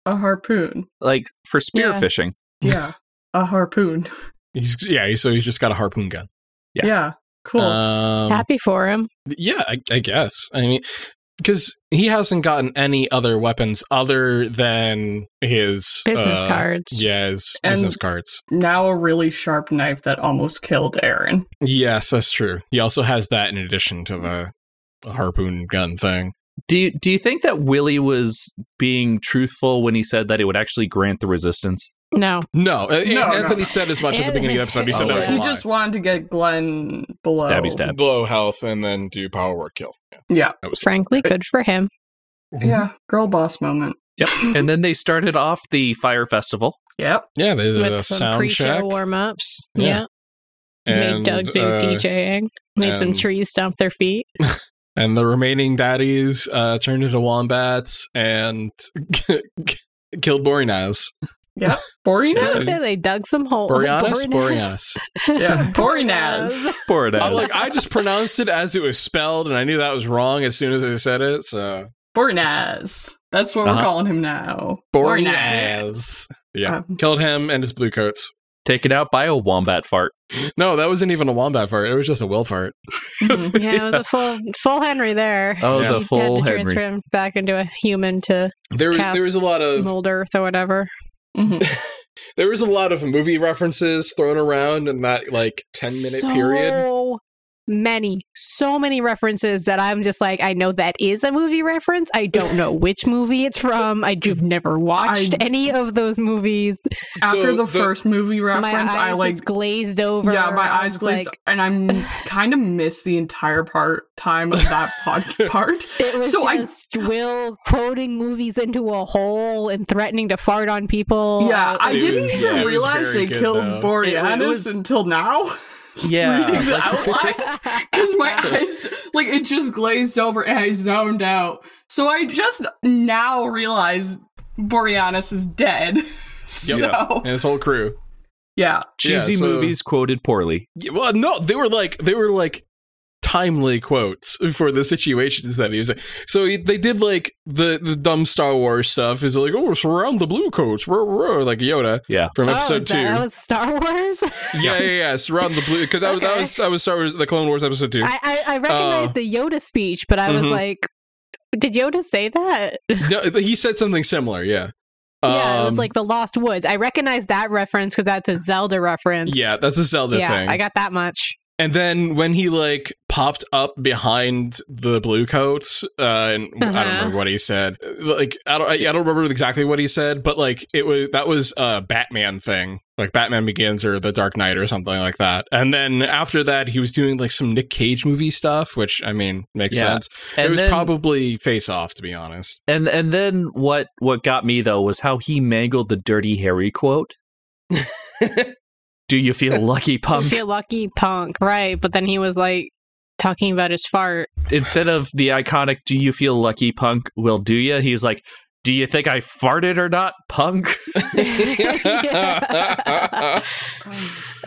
Speaker 5: A harpoon.
Speaker 3: Like for spear
Speaker 2: Yeah.
Speaker 3: fishing.
Speaker 5: Yeah. a harpoon.
Speaker 1: He's yeah. So he's just got a harpoon gun.
Speaker 3: Yeah.
Speaker 5: Yeah. Cool.
Speaker 1: Um,
Speaker 2: Happy for him.
Speaker 1: Yeah, I, I guess. I mean, because he hasn't gotten any other weapons other than his
Speaker 2: Business
Speaker 1: uh,
Speaker 2: cards.
Speaker 1: Yeah, his
Speaker 5: And-
Speaker 1: business cards.
Speaker 5: now a really sharp knife that almost killed Aaron.
Speaker 1: Yes, that's true. He also has that in addition to the the harpoon gun thing.
Speaker 3: Do you, do you think that Willie was being truthful when he said that it would actually grant the resistance?
Speaker 2: No,
Speaker 1: No, uh,
Speaker 5: No, no,
Speaker 1: Anthony
Speaker 5: no.
Speaker 1: said as much at the
Speaker 2: And-
Speaker 1: beginning of the episode. He said
Speaker 3: Oh,
Speaker 1: that was a
Speaker 5: he
Speaker 1: lie.
Speaker 5: just wanted to get Glenn below.
Speaker 3: Stabby stab.
Speaker 1: blow health and then do power work kill.
Speaker 5: Yeah.
Speaker 1: That was
Speaker 2: frankly, good for him.
Speaker 5: Yeah. Girl boss moment.
Speaker 3: Yep. and then they started off the fire festival.
Speaker 5: Yep.
Speaker 1: yeah. They did a
Speaker 2: With some
Speaker 1: sound
Speaker 2: pre-show
Speaker 1: check
Speaker 2: warm ups.
Speaker 1: Yeah.
Speaker 2: Yeah.
Speaker 1: and
Speaker 2: Made Doug do
Speaker 1: uh,
Speaker 2: DJing. Made some
Speaker 1: and-
Speaker 2: trees stomp their feet.
Speaker 1: and the remaining daddies uh, turned into wombats and killed Borinaz.
Speaker 5: Borina?
Speaker 1: Yeah.
Speaker 2: they dug some holes.
Speaker 1: Boreanas, Boreanas.
Speaker 5: Yeah. Borinaz.
Speaker 3: Bored
Speaker 1: I
Speaker 3: as.
Speaker 1: like I just pronounced it as it was spelled, and I knew that was wrong as soon as I said it. So
Speaker 5: Bornaz. That's what
Speaker 3: Uh-huh.
Speaker 5: we're calling him now.
Speaker 1: yeah,
Speaker 5: Um,
Speaker 1: killed him and his blue coats.
Speaker 3: Taken out by a wombat fart.
Speaker 1: No, that wasn't even a wombat fart. It was just a will fart.
Speaker 5: Mhm.
Speaker 2: Yeah, it was a full full Henry there.
Speaker 3: Oh,
Speaker 1: Yeah.
Speaker 3: the
Speaker 2: He
Speaker 3: full
Speaker 2: had to
Speaker 3: Henry.
Speaker 2: transfer him back into a human to
Speaker 1: There, was-
Speaker 2: Cast
Speaker 1: there was a lot of
Speaker 2: mold earth or whatever.
Speaker 5: Mhm.
Speaker 1: there was a lot of movie references thrown around in that like ten minute
Speaker 2: so
Speaker 1: period.
Speaker 2: Many, so many references that I'm just like, I know that is a movie reference. I don't know which movie it's from. I've never watched any of those movies.
Speaker 5: After
Speaker 1: So
Speaker 5: the, first movie
Speaker 2: My eyes
Speaker 5: reference, I like.
Speaker 2: just glazed over.
Speaker 5: Yeah, my
Speaker 2: I
Speaker 5: eyes
Speaker 2: was
Speaker 5: glazed,
Speaker 2: like-
Speaker 5: and I'm kind of missed the entire part time of that pod- part.
Speaker 2: It was
Speaker 5: So I-
Speaker 2: just Will quoting movies into a hole and threatening to fart on people.
Speaker 5: Yeah,
Speaker 2: Uh,
Speaker 5: I
Speaker 1: It
Speaker 5: didn't
Speaker 1: was-
Speaker 5: even
Speaker 1: yeah, it was
Speaker 5: realize
Speaker 1: very
Speaker 5: they
Speaker 1: good,
Speaker 5: killed
Speaker 1: though.
Speaker 5: Boreanaz
Speaker 3: It- it was-
Speaker 5: until now. Reading the
Speaker 3: Yeah.
Speaker 5: outline. Because my eyes, like, it just glazed over and I zoned out. So I just now realize Boreanaz is dead. So,
Speaker 1: and his whole crew.
Speaker 5: yeah.
Speaker 3: Cheesy
Speaker 1: Yeah, so-
Speaker 3: movies quoted poorly.
Speaker 1: Yeah, Well, no, they were like they were like timely quotes for the situations that he was. in. So he, they did like the the dumb Star Wars stuff. Is like oh surround the blue coats, rah, rah, like Yoda,
Speaker 3: Yeah.
Speaker 1: from
Speaker 2: Oh,
Speaker 1: episode
Speaker 2: is
Speaker 1: two.
Speaker 2: that, that was Star Wars.
Speaker 1: yeah, yeah, yeah, surround the blue because that, was that
Speaker 2: Okay.
Speaker 1: was that was Star Wars, the Clone Wars episode two.
Speaker 2: I, I, I recognized
Speaker 1: Uh,
Speaker 2: the Yoda speech, but I was
Speaker 5: Mm-hmm.
Speaker 1: mhm.
Speaker 2: like, did Yoda say that?
Speaker 1: no, he said something similar. Yeah,
Speaker 2: yeah, it was
Speaker 1: Um,
Speaker 2: like the Lost Woods. I recognized that reference because that's a Zelda reference.
Speaker 1: yeah, that's a Zelda
Speaker 2: yeah,
Speaker 1: thing.
Speaker 2: I got that much.
Speaker 1: And then when he like popped up behind the blue coats, uh, and I
Speaker 2: Uh-huh.
Speaker 1: don't remember what he said. Like I don't, I, I don't remember exactly what he said, but like it was that was a Batman thing, like Batman Begins or The Dark Knight or something like that. And then after that, he was doing like some Nick Cage movie stuff, which I mean makes
Speaker 3: Yeah.
Speaker 1: sense.
Speaker 3: And
Speaker 1: it was
Speaker 3: then,
Speaker 1: probably Face Off, to be honest.
Speaker 3: and and then what what got me though was how he mangled the dirty Harry quote. Do you feel lucky,
Speaker 2: You
Speaker 3: punk?
Speaker 2: feel lucky, punk, right? But then he was like talking about his fart.
Speaker 3: Instead of the iconic "Do you feel lucky, punk?" will do ya, he's like, Do you think I farted or not, punk?
Speaker 2: Yeah.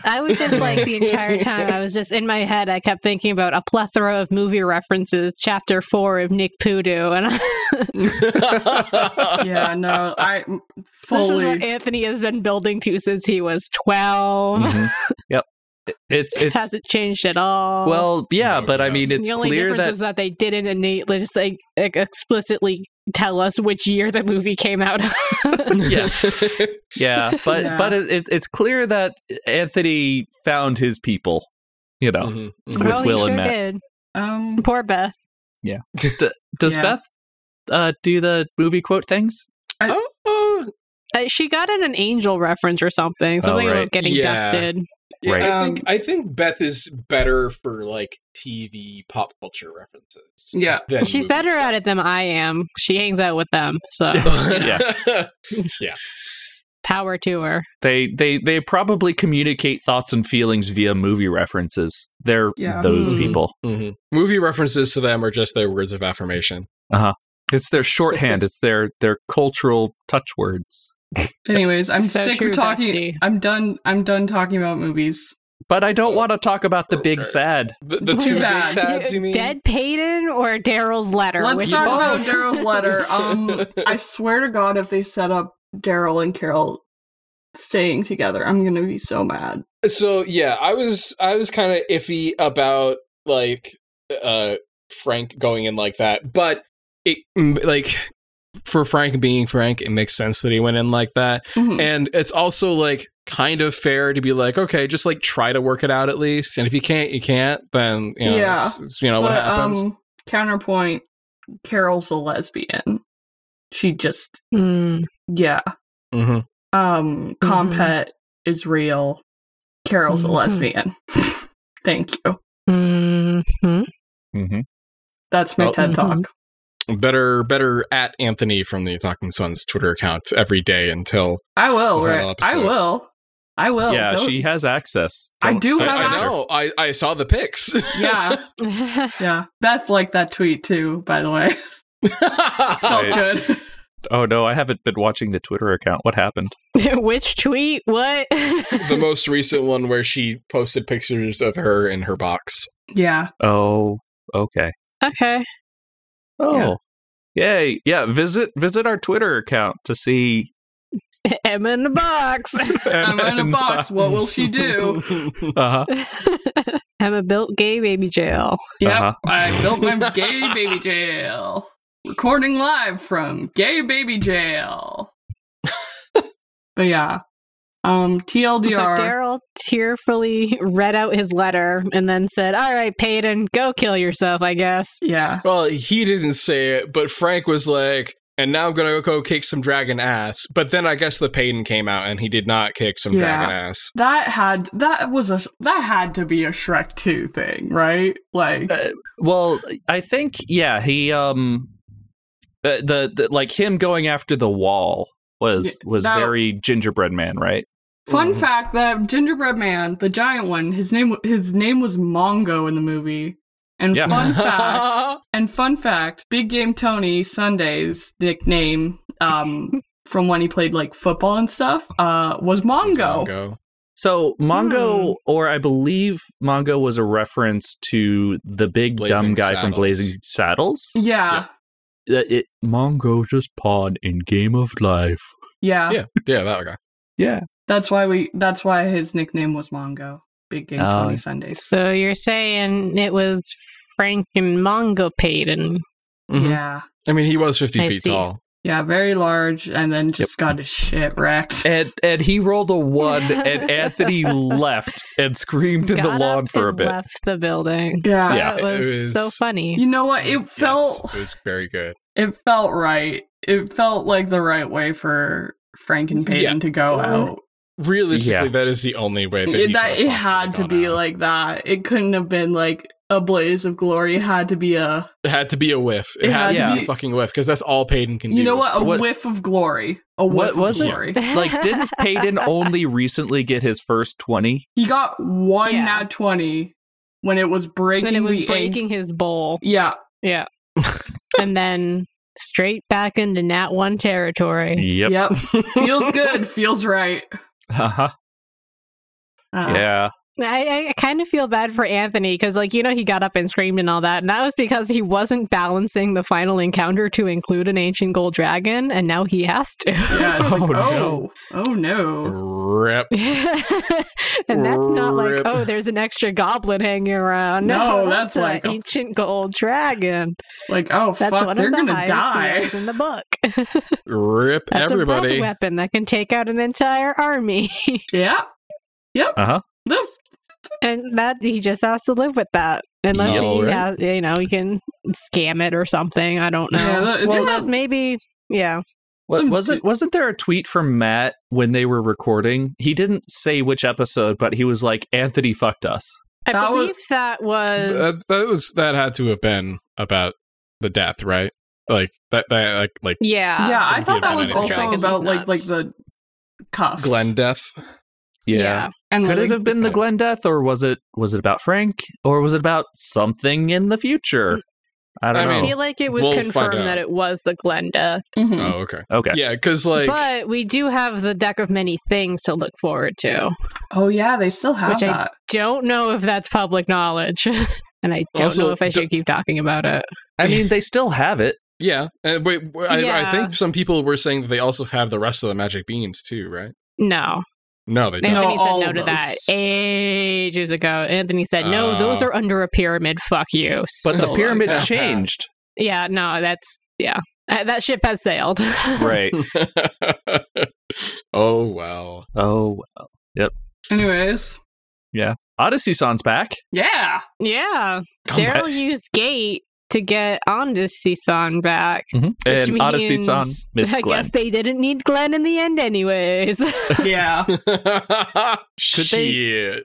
Speaker 2: I was just like the entire time. I was just in my head. I kept thinking about a plethora of movie references. Chapter four of Nick Poodoo, and
Speaker 5: yeah, no, I m-
Speaker 2: this is
Speaker 5: fully.
Speaker 2: what Anthony has been building to since he was 12
Speaker 3: Mhm. Yep. It's it's
Speaker 2: Hasn't changed at all.
Speaker 3: well, yeah,
Speaker 1: No,
Speaker 3: but I
Speaker 1: yes.
Speaker 3: mean, it's
Speaker 2: the only
Speaker 3: clear
Speaker 2: difference
Speaker 3: that
Speaker 2: was that they didn't innately just like ex- explicitly tell us which year the movie came out. of.
Speaker 3: yeah, yeah, but
Speaker 5: Yeah.
Speaker 3: but it, it's it's clear that Anthony found his people. You know,
Speaker 1: Mhm,
Speaker 3: With
Speaker 1: mhm.
Speaker 2: oh,
Speaker 3: Will
Speaker 2: you sure
Speaker 3: and Matt.
Speaker 2: did.
Speaker 5: Um,
Speaker 2: Poor Beth.
Speaker 3: does
Speaker 5: Yeah.
Speaker 3: Beth uh, do the movie quote things?
Speaker 1: Oh, uh,
Speaker 2: Uh, she got in an angel reference or something. Something
Speaker 3: Oh, right.
Speaker 2: about getting
Speaker 1: Yeah.
Speaker 2: dusted.
Speaker 1: yeah,
Speaker 3: Right.
Speaker 1: I, think,
Speaker 5: Um,
Speaker 1: I think Beth is better for like TV pop culture references.
Speaker 5: yeah,
Speaker 1: than
Speaker 2: She's
Speaker 1: movie
Speaker 2: better
Speaker 1: stuff.
Speaker 2: at it than I am. She hangs out with them, so
Speaker 1: yeah.
Speaker 2: power to her.
Speaker 3: They they they probably communicate thoughts and feelings via movie references. They're
Speaker 5: Yeah.
Speaker 3: those
Speaker 2: Mhm.
Speaker 3: people.
Speaker 1: hmm Movie references to them are just their words of affirmation.
Speaker 3: It's their shorthand. it's their their cultural touch words.
Speaker 5: Anyways, I'm
Speaker 2: So
Speaker 5: sick
Speaker 2: true,
Speaker 5: of talking.
Speaker 2: bestie.
Speaker 5: I'm done. I'm done talking about movies.
Speaker 3: But I don't want to talk about the big
Speaker 1: Okay.
Speaker 3: sad.
Speaker 1: The, the two
Speaker 5: Too
Speaker 1: big
Speaker 5: bad.
Speaker 1: sads, you mean?
Speaker 2: Oh, Dead Peyton or Daryl's letter?
Speaker 5: Let's
Speaker 2: Which
Speaker 5: talk
Speaker 2: one?
Speaker 5: about Daryl's letter. Um, I swear to God, if they set up Daryl and Carol staying together, I'm gonna be so mad.
Speaker 1: So yeah, I was I was kind of iffy about like uh Frank going in like that, but it mm, like for Frank being Frank, it makes sense that he went in like that.
Speaker 5: Mhm.
Speaker 1: And it's also like kind of fair to be like, okay, just like try to work it out at least. And if you can't, you can't. Then you know,
Speaker 5: Yeah.
Speaker 1: it's- it's, you know what happens.
Speaker 5: um, counterpoint: Carol's a lesbian. She just,
Speaker 2: Mm.
Speaker 5: yeah.
Speaker 1: hmm
Speaker 5: Um, compet is real. Carol's a
Speaker 2: Mhm.
Speaker 5: lesbian. Thank you.
Speaker 2: Mhm.
Speaker 3: Mm-hmm.
Speaker 5: That's my
Speaker 1: Well-
Speaker 5: TED talk.
Speaker 1: Better, better at Anthony from the Talking Sons Twitter account every day until
Speaker 5: I will.
Speaker 1: Final
Speaker 5: Right? I
Speaker 1: episode.
Speaker 5: will. I will.
Speaker 3: yeah,
Speaker 5: Oh, Don't-
Speaker 3: she has access.
Speaker 5: I
Speaker 3: Don't-
Speaker 5: do
Speaker 1: I,
Speaker 3: don't
Speaker 5: have
Speaker 1: I
Speaker 5: access.
Speaker 3: matter.
Speaker 1: know. I, I saw the pics.
Speaker 5: Yeah, yeah. Beth liked that tweet too. By the way, felt
Speaker 3: I-
Speaker 5: good.
Speaker 3: Oh no, I haven't been watching the Twitter account. What happened?
Speaker 2: Which tweet? What?
Speaker 1: the most recent one where she posted pictures of her in her box.
Speaker 5: yeah.
Speaker 3: Oh, okay.
Speaker 2: okay.
Speaker 3: Oh. Yay. Yeah, visit visit our Twitter account to see
Speaker 2: Emma in the box.
Speaker 5: I'm in a box. What will she do?
Speaker 3: Uh-huh.
Speaker 2: Emma built gay baby jail.
Speaker 5: Yep.
Speaker 3: Uh-huh.
Speaker 5: I built my gay baby jail. Recording live from gay baby jail. but yeah. Um
Speaker 2: So
Speaker 5: TLDR.
Speaker 2: Daryl tearfully read out his letter and then said, "All right, Peyton, go kill yourself. I guess."
Speaker 5: yeah.
Speaker 1: Well, he didn't say it, but Frank was like, and now I'm gonna go kick some dragon ass. But then I guess the Payton came out and he did not kick some
Speaker 5: Yeah.
Speaker 1: dragon ass.
Speaker 5: That had that was a that had to be a Shrek 2 thing, right? Like
Speaker 3: Uh, Well, I think yeah, he um uh, the, the like him going after the wall was was
Speaker 5: now-
Speaker 3: very gingerbread man, right?
Speaker 5: fun fact that gingerbread man, the giant one, his name his name was Mongo in the movie. And
Speaker 3: Yeah.
Speaker 5: fun fact And fun fact, Big Game Tony Sunday's nickname um from when he played like football and stuff uh was Mongo.
Speaker 1: Mongo.
Speaker 3: So Mongo, or I believe Mongo was a reference to the big
Speaker 1: Blazing
Speaker 3: dumb guy from
Speaker 1: Saddles.
Speaker 3: Blazing Saddles.
Speaker 5: Yeah.
Speaker 3: Uh, it, Mongo just pawn in Game of Life.
Speaker 5: Yeah.
Speaker 1: Yeah, yeah, that guy.
Speaker 3: Yeah.
Speaker 5: That's why we that's why his nickname was Mongo. Big Game
Speaker 3: Oh.
Speaker 5: Tony Sundays.
Speaker 2: So you're saying it was Frank and Mongo Peyton?
Speaker 1: Mhm.
Speaker 5: Yeah.
Speaker 1: I mean, he was 50
Speaker 2: I
Speaker 1: feet
Speaker 2: see.
Speaker 1: tall.
Speaker 5: Yeah, very large and then just got his shit wrecked.
Speaker 3: And and he rolled a one, and Anthony left and screamed in the
Speaker 2: Got
Speaker 3: lawn
Speaker 2: up
Speaker 3: for a
Speaker 2: and
Speaker 3: bit.
Speaker 2: Left the building.
Speaker 5: Yeah.
Speaker 3: Yeah.
Speaker 2: it,
Speaker 1: It
Speaker 2: was
Speaker 1: was-
Speaker 2: so funny.
Speaker 5: You know what? It felt
Speaker 1: Yes, it was very good.
Speaker 5: it felt right. It felt like the right way for Frank and Peyton
Speaker 1: Yeah.
Speaker 5: to go
Speaker 1: Well,
Speaker 5: out.
Speaker 1: Realistically,
Speaker 3: Yeah.
Speaker 1: that is the only way that,
Speaker 5: it,
Speaker 1: he
Speaker 5: that
Speaker 1: could
Speaker 5: it
Speaker 1: have possibly
Speaker 5: had to
Speaker 1: gone
Speaker 5: be
Speaker 1: out.
Speaker 5: like that. It couldn't have been like a blaze of glory. It had to be a
Speaker 1: it had to be a whiff. It, had, to be a fucking whiff because that's all Payton can do.
Speaker 5: you know what a
Speaker 3: What-
Speaker 5: whiff of glory. A
Speaker 3: What
Speaker 5: whiff
Speaker 3: was
Speaker 5: of
Speaker 3: it?
Speaker 5: glory.
Speaker 3: Like, didn't Payton only recently get his first twenty?
Speaker 5: He got one
Speaker 2: Yeah.
Speaker 5: nat twenty when it was breaking
Speaker 2: then it was
Speaker 5: the egg-
Speaker 2: breaking his bowl.
Speaker 5: Yeah,
Speaker 2: Yeah. and then straight back into Nat 1 territory.
Speaker 3: Yep.
Speaker 5: Yep. feels good. Feels right.
Speaker 3: Uh-huh.
Speaker 2: Uh-huh.
Speaker 5: Uh,
Speaker 3: Yeah.
Speaker 2: I, I kind of feel bad for Anthony because, like, you know, he got up and screamed and all that. And that was because he wasn't balancing the final encounter to include an ancient gold dragon. And now he has to.
Speaker 5: yeah, it's like,
Speaker 3: Oh,
Speaker 5: oh,
Speaker 3: no.
Speaker 5: no. oh no.
Speaker 1: Rip.
Speaker 2: and that's not like,
Speaker 1: Rip.
Speaker 2: oh, there's an extra goblin hanging around.
Speaker 5: No, that's
Speaker 2: an
Speaker 5: like-
Speaker 2: ancient gold dragon.
Speaker 5: Like, oh
Speaker 2: That's
Speaker 5: fuck,
Speaker 2: one
Speaker 5: they're
Speaker 2: of the
Speaker 5: gonna
Speaker 2: highest
Speaker 5: die.
Speaker 2: ceilings in the book.
Speaker 1: Rip
Speaker 2: That's a breath
Speaker 1: everybody.
Speaker 2: weapon that can take out an entire army.
Speaker 5: Yeah. Yep.
Speaker 3: Uh-huh.
Speaker 5: The
Speaker 2: and that he just has to live with that unless
Speaker 1: Yeah,
Speaker 2: he
Speaker 1: right.
Speaker 2: has, you know he can scam it or something i don't know
Speaker 5: Yeah, that-
Speaker 2: well
Speaker 5: yeah.
Speaker 2: that's maybe yeah
Speaker 3: Wa-
Speaker 5: Some
Speaker 3: wasn't
Speaker 5: du-
Speaker 3: wasn't there a tweet from Matt when they were recording? He didn't say which episode, but he was like, Anthony fucked us.
Speaker 2: i
Speaker 5: That was-
Speaker 2: believe that
Speaker 1: That,
Speaker 2: was
Speaker 1: that was that had to have been about the death, right? Like that that like like
Speaker 2: yeah
Speaker 5: yeah, I
Speaker 1: Give
Speaker 5: thought that
Speaker 1: him
Speaker 5: was
Speaker 1: anything.
Speaker 5: also
Speaker 1: Dragons
Speaker 5: about like
Speaker 2: Uh, nuts.
Speaker 5: like the cuffs.
Speaker 1: Glenn death.
Speaker 2: yeah.
Speaker 5: And
Speaker 3: Could
Speaker 5: like,
Speaker 3: it have been the Glen death, or was it was it about Frank, or was it about something in the future? I don't
Speaker 1: I
Speaker 2: Mm. i
Speaker 1: mean-
Speaker 3: know.
Speaker 2: feel like it was
Speaker 1: Oh. We'll find
Speaker 2: confirmed
Speaker 1: out.
Speaker 2: that it was the glen death
Speaker 5: Mhm.
Speaker 1: Oh, okay.
Speaker 3: okay.
Speaker 1: Yeah, because like
Speaker 2: but we do have the deck of many things to look forward to
Speaker 5: Oh yeah, they still have
Speaker 2: Which I-
Speaker 5: that.
Speaker 2: don't know if that's public knowledge and i don't
Speaker 1: Also,
Speaker 2: know if i should keep talking about it
Speaker 3: I mean, they still have it.
Speaker 1: yeah, and wait, w- I, I
Speaker 2: Yeah.
Speaker 1: think some people were saying that they also have the rest of the magic beans too, right?
Speaker 2: no
Speaker 1: No, they don't.
Speaker 5: No,
Speaker 2: Anthony said
Speaker 5: all
Speaker 2: no
Speaker 5: of
Speaker 2: to
Speaker 5: those.
Speaker 2: that ages ago. Anthony said, no,
Speaker 1: Ah.
Speaker 2: those are under a pyramid. Fuck you.
Speaker 3: Oh. But
Speaker 2: So
Speaker 3: the pyramid
Speaker 1: like-
Speaker 3: changed.
Speaker 2: long- Yeah, no, that's, yeah. Uh, That ship has sailed.
Speaker 3: right.
Speaker 1: oh well.
Speaker 3: Oh,
Speaker 5: Anyways.
Speaker 3: Odyssey San's back.
Speaker 5: Yeah.
Speaker 2: yeah.
Speaker 3: Come back.
Speaker 2: Daryl used Gate to get Odyssey San back.
Speaker 3: Mhm.
Speaker 2: which
Speaker 3: And Odyssey
Speaker 2: means
Speaker 3: San, Miss
Speaker 2: I
Speaker 3: Glenn.
Speaker 2: guess they didn't need Glenn in the end, anyways.
Speaker 5: Yeah.
Speaker 1: Shit.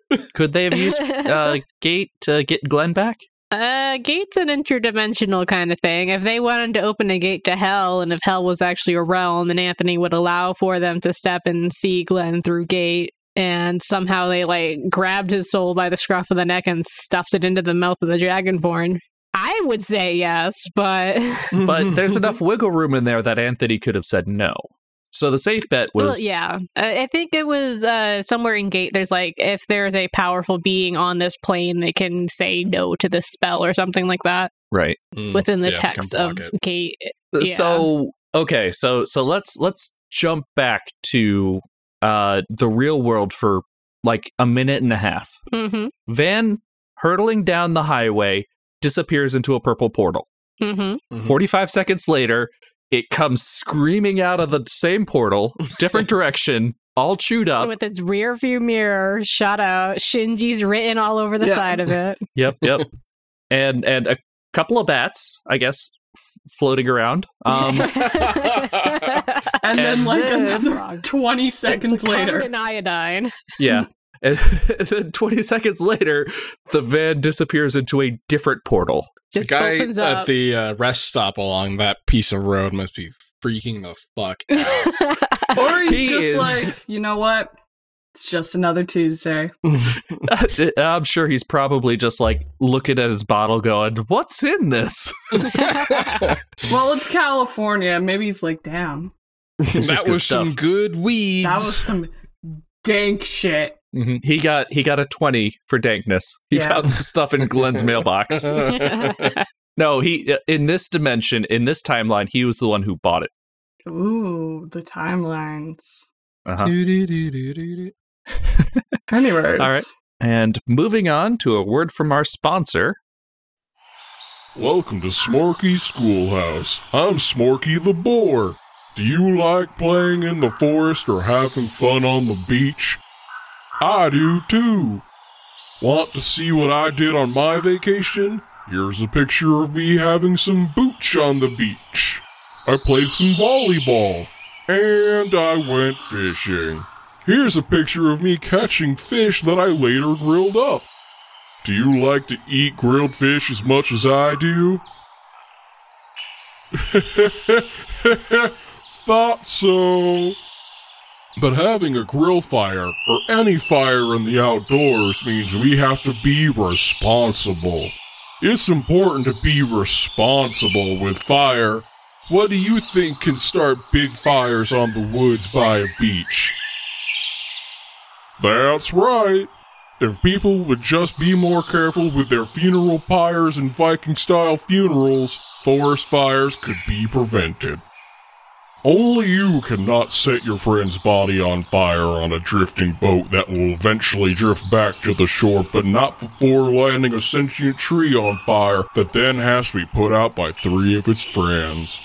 Speaker 3: Could they have used uh, Gate to get Glenn back?
Speaker 2: Uh, gate's an interdimensional kind of thing. If they wanted to open a gate to hell, and if hell was actually a realm, then Anthony would allow for them to step and see Glenn through gate. And somehow they like grabbed his soul by the scruff of the neck and stuffed it into the mouth of the dragonborn. I would say yes, but
Speaker 3: But there's enough wiggle room in there that Anthony could have said no. So the safe bet was
Speaker 2: well, yeah, Uh, I I think it was uh, somewhere in gate. There's like if there's a powerful being on this plane, they can say no to this spell or something like that
Speaker 3: right.
Speaker 1: Mm,
Speaker 2: within the
Speaker 1: yeah, come
Speaker 2: text of
Speaker 1: block it.
Speaker 2: gate. Yeah.
Speaker 3: Uh, So okay, so so let's let's jump back to uh the real world for like a minute and a half.
Speaker 2: hmm
Speaker 3: Van hurtling down the highway disappears into a purple portal.
Speaker 2: hmm
Speaker 3: 45 seconds later, it comes screaming out of the same portal, different direction, all chewed up.
Speaker 2: with its rear view mirror shot out. Shinji's written all over the
Speaker 5: Yeah.
Speaker 2: side of it.
Speaker 3: Yep, yep. And and a couple of bats, I guess, f- floating around. Um
Speaker 5: And,
Speaker 3: And
Speaker 5: then like
Speaker 3: then-
Speaker 5: another twenty seconds
Speaker 2: Covered
Speaker 5: later.
Speaker 2: in iodine.
Speaker 3: yeah.
Speaker 5: Mm.
Speaker 3: And then 20 seconds later, the van disappears into a different portal.
Speaker 1: The
Speaker 2: Just
Speaker 1: guy
Speaker 2: opens
Speaker 1: at
Speaker 2: up.
Speaker 1: the uh, rest stop along that piece of road must be freaking the fuck.
Speaker 5: Or he's
Speaker 3: He
Speaker 5: just
Speaker 3: is-
Speaker 5: like, you know what? It's just another Tuesday.
Speaker 3: uh, I'm sure he's probably just like looking at his bottle going, What's in this?
Speaker 5: Well, it's California. Maybe he's like, damn.
Speaker 3: This is
Speaker 1: that
Speaker 3: good
Speaker 1: was some
Speaker 3: stuff.
Speaker 1: good weeds.
Speaker 5: That was some dank shit.
Speaker 3: Mhm. He got he got a 20 for dankness. He
Speaker 5: Mm-hmm. Yeah.
Speaker 3: found the stuff in Glenn's mailbox. No, he uh, in this dimension, in this timeline, he was the one who bought it.
Speaker 5: Ooh, the timelines.
Speaker 3: Uh-huh.
Speaker 5: Anyways.
Speaker 3: All right. And moving on to a word from our sponsor.
Speaker 6: Welcome to Smarky Schoolhouse. I'm Smarky the Boar. Do you like playing in the forest or having fun on the beach? I do too. Want to see what I did on my vacation? Here's a picture of me having some booch on the beach. I played some volleyball. And I went fishing. Here's a picture of me catching fish that I later grilled up. Do you like to eat grilled fish as much as I do? Thought so. But having a grill fire or any fire in the outdoors means we have to be responsible. It's important to be responsible with fire What do you think can start big fires on the woods by a beach? That's right. If people would just be more careful with their funeral pyres and Viking style funerals, forest fires could be prevented. Only you cannot set your friend's body on fire on a drifting boat that will eventually drift back to the shore, but not before landing a sentient tree on fire that then has to be put out by three of its friends.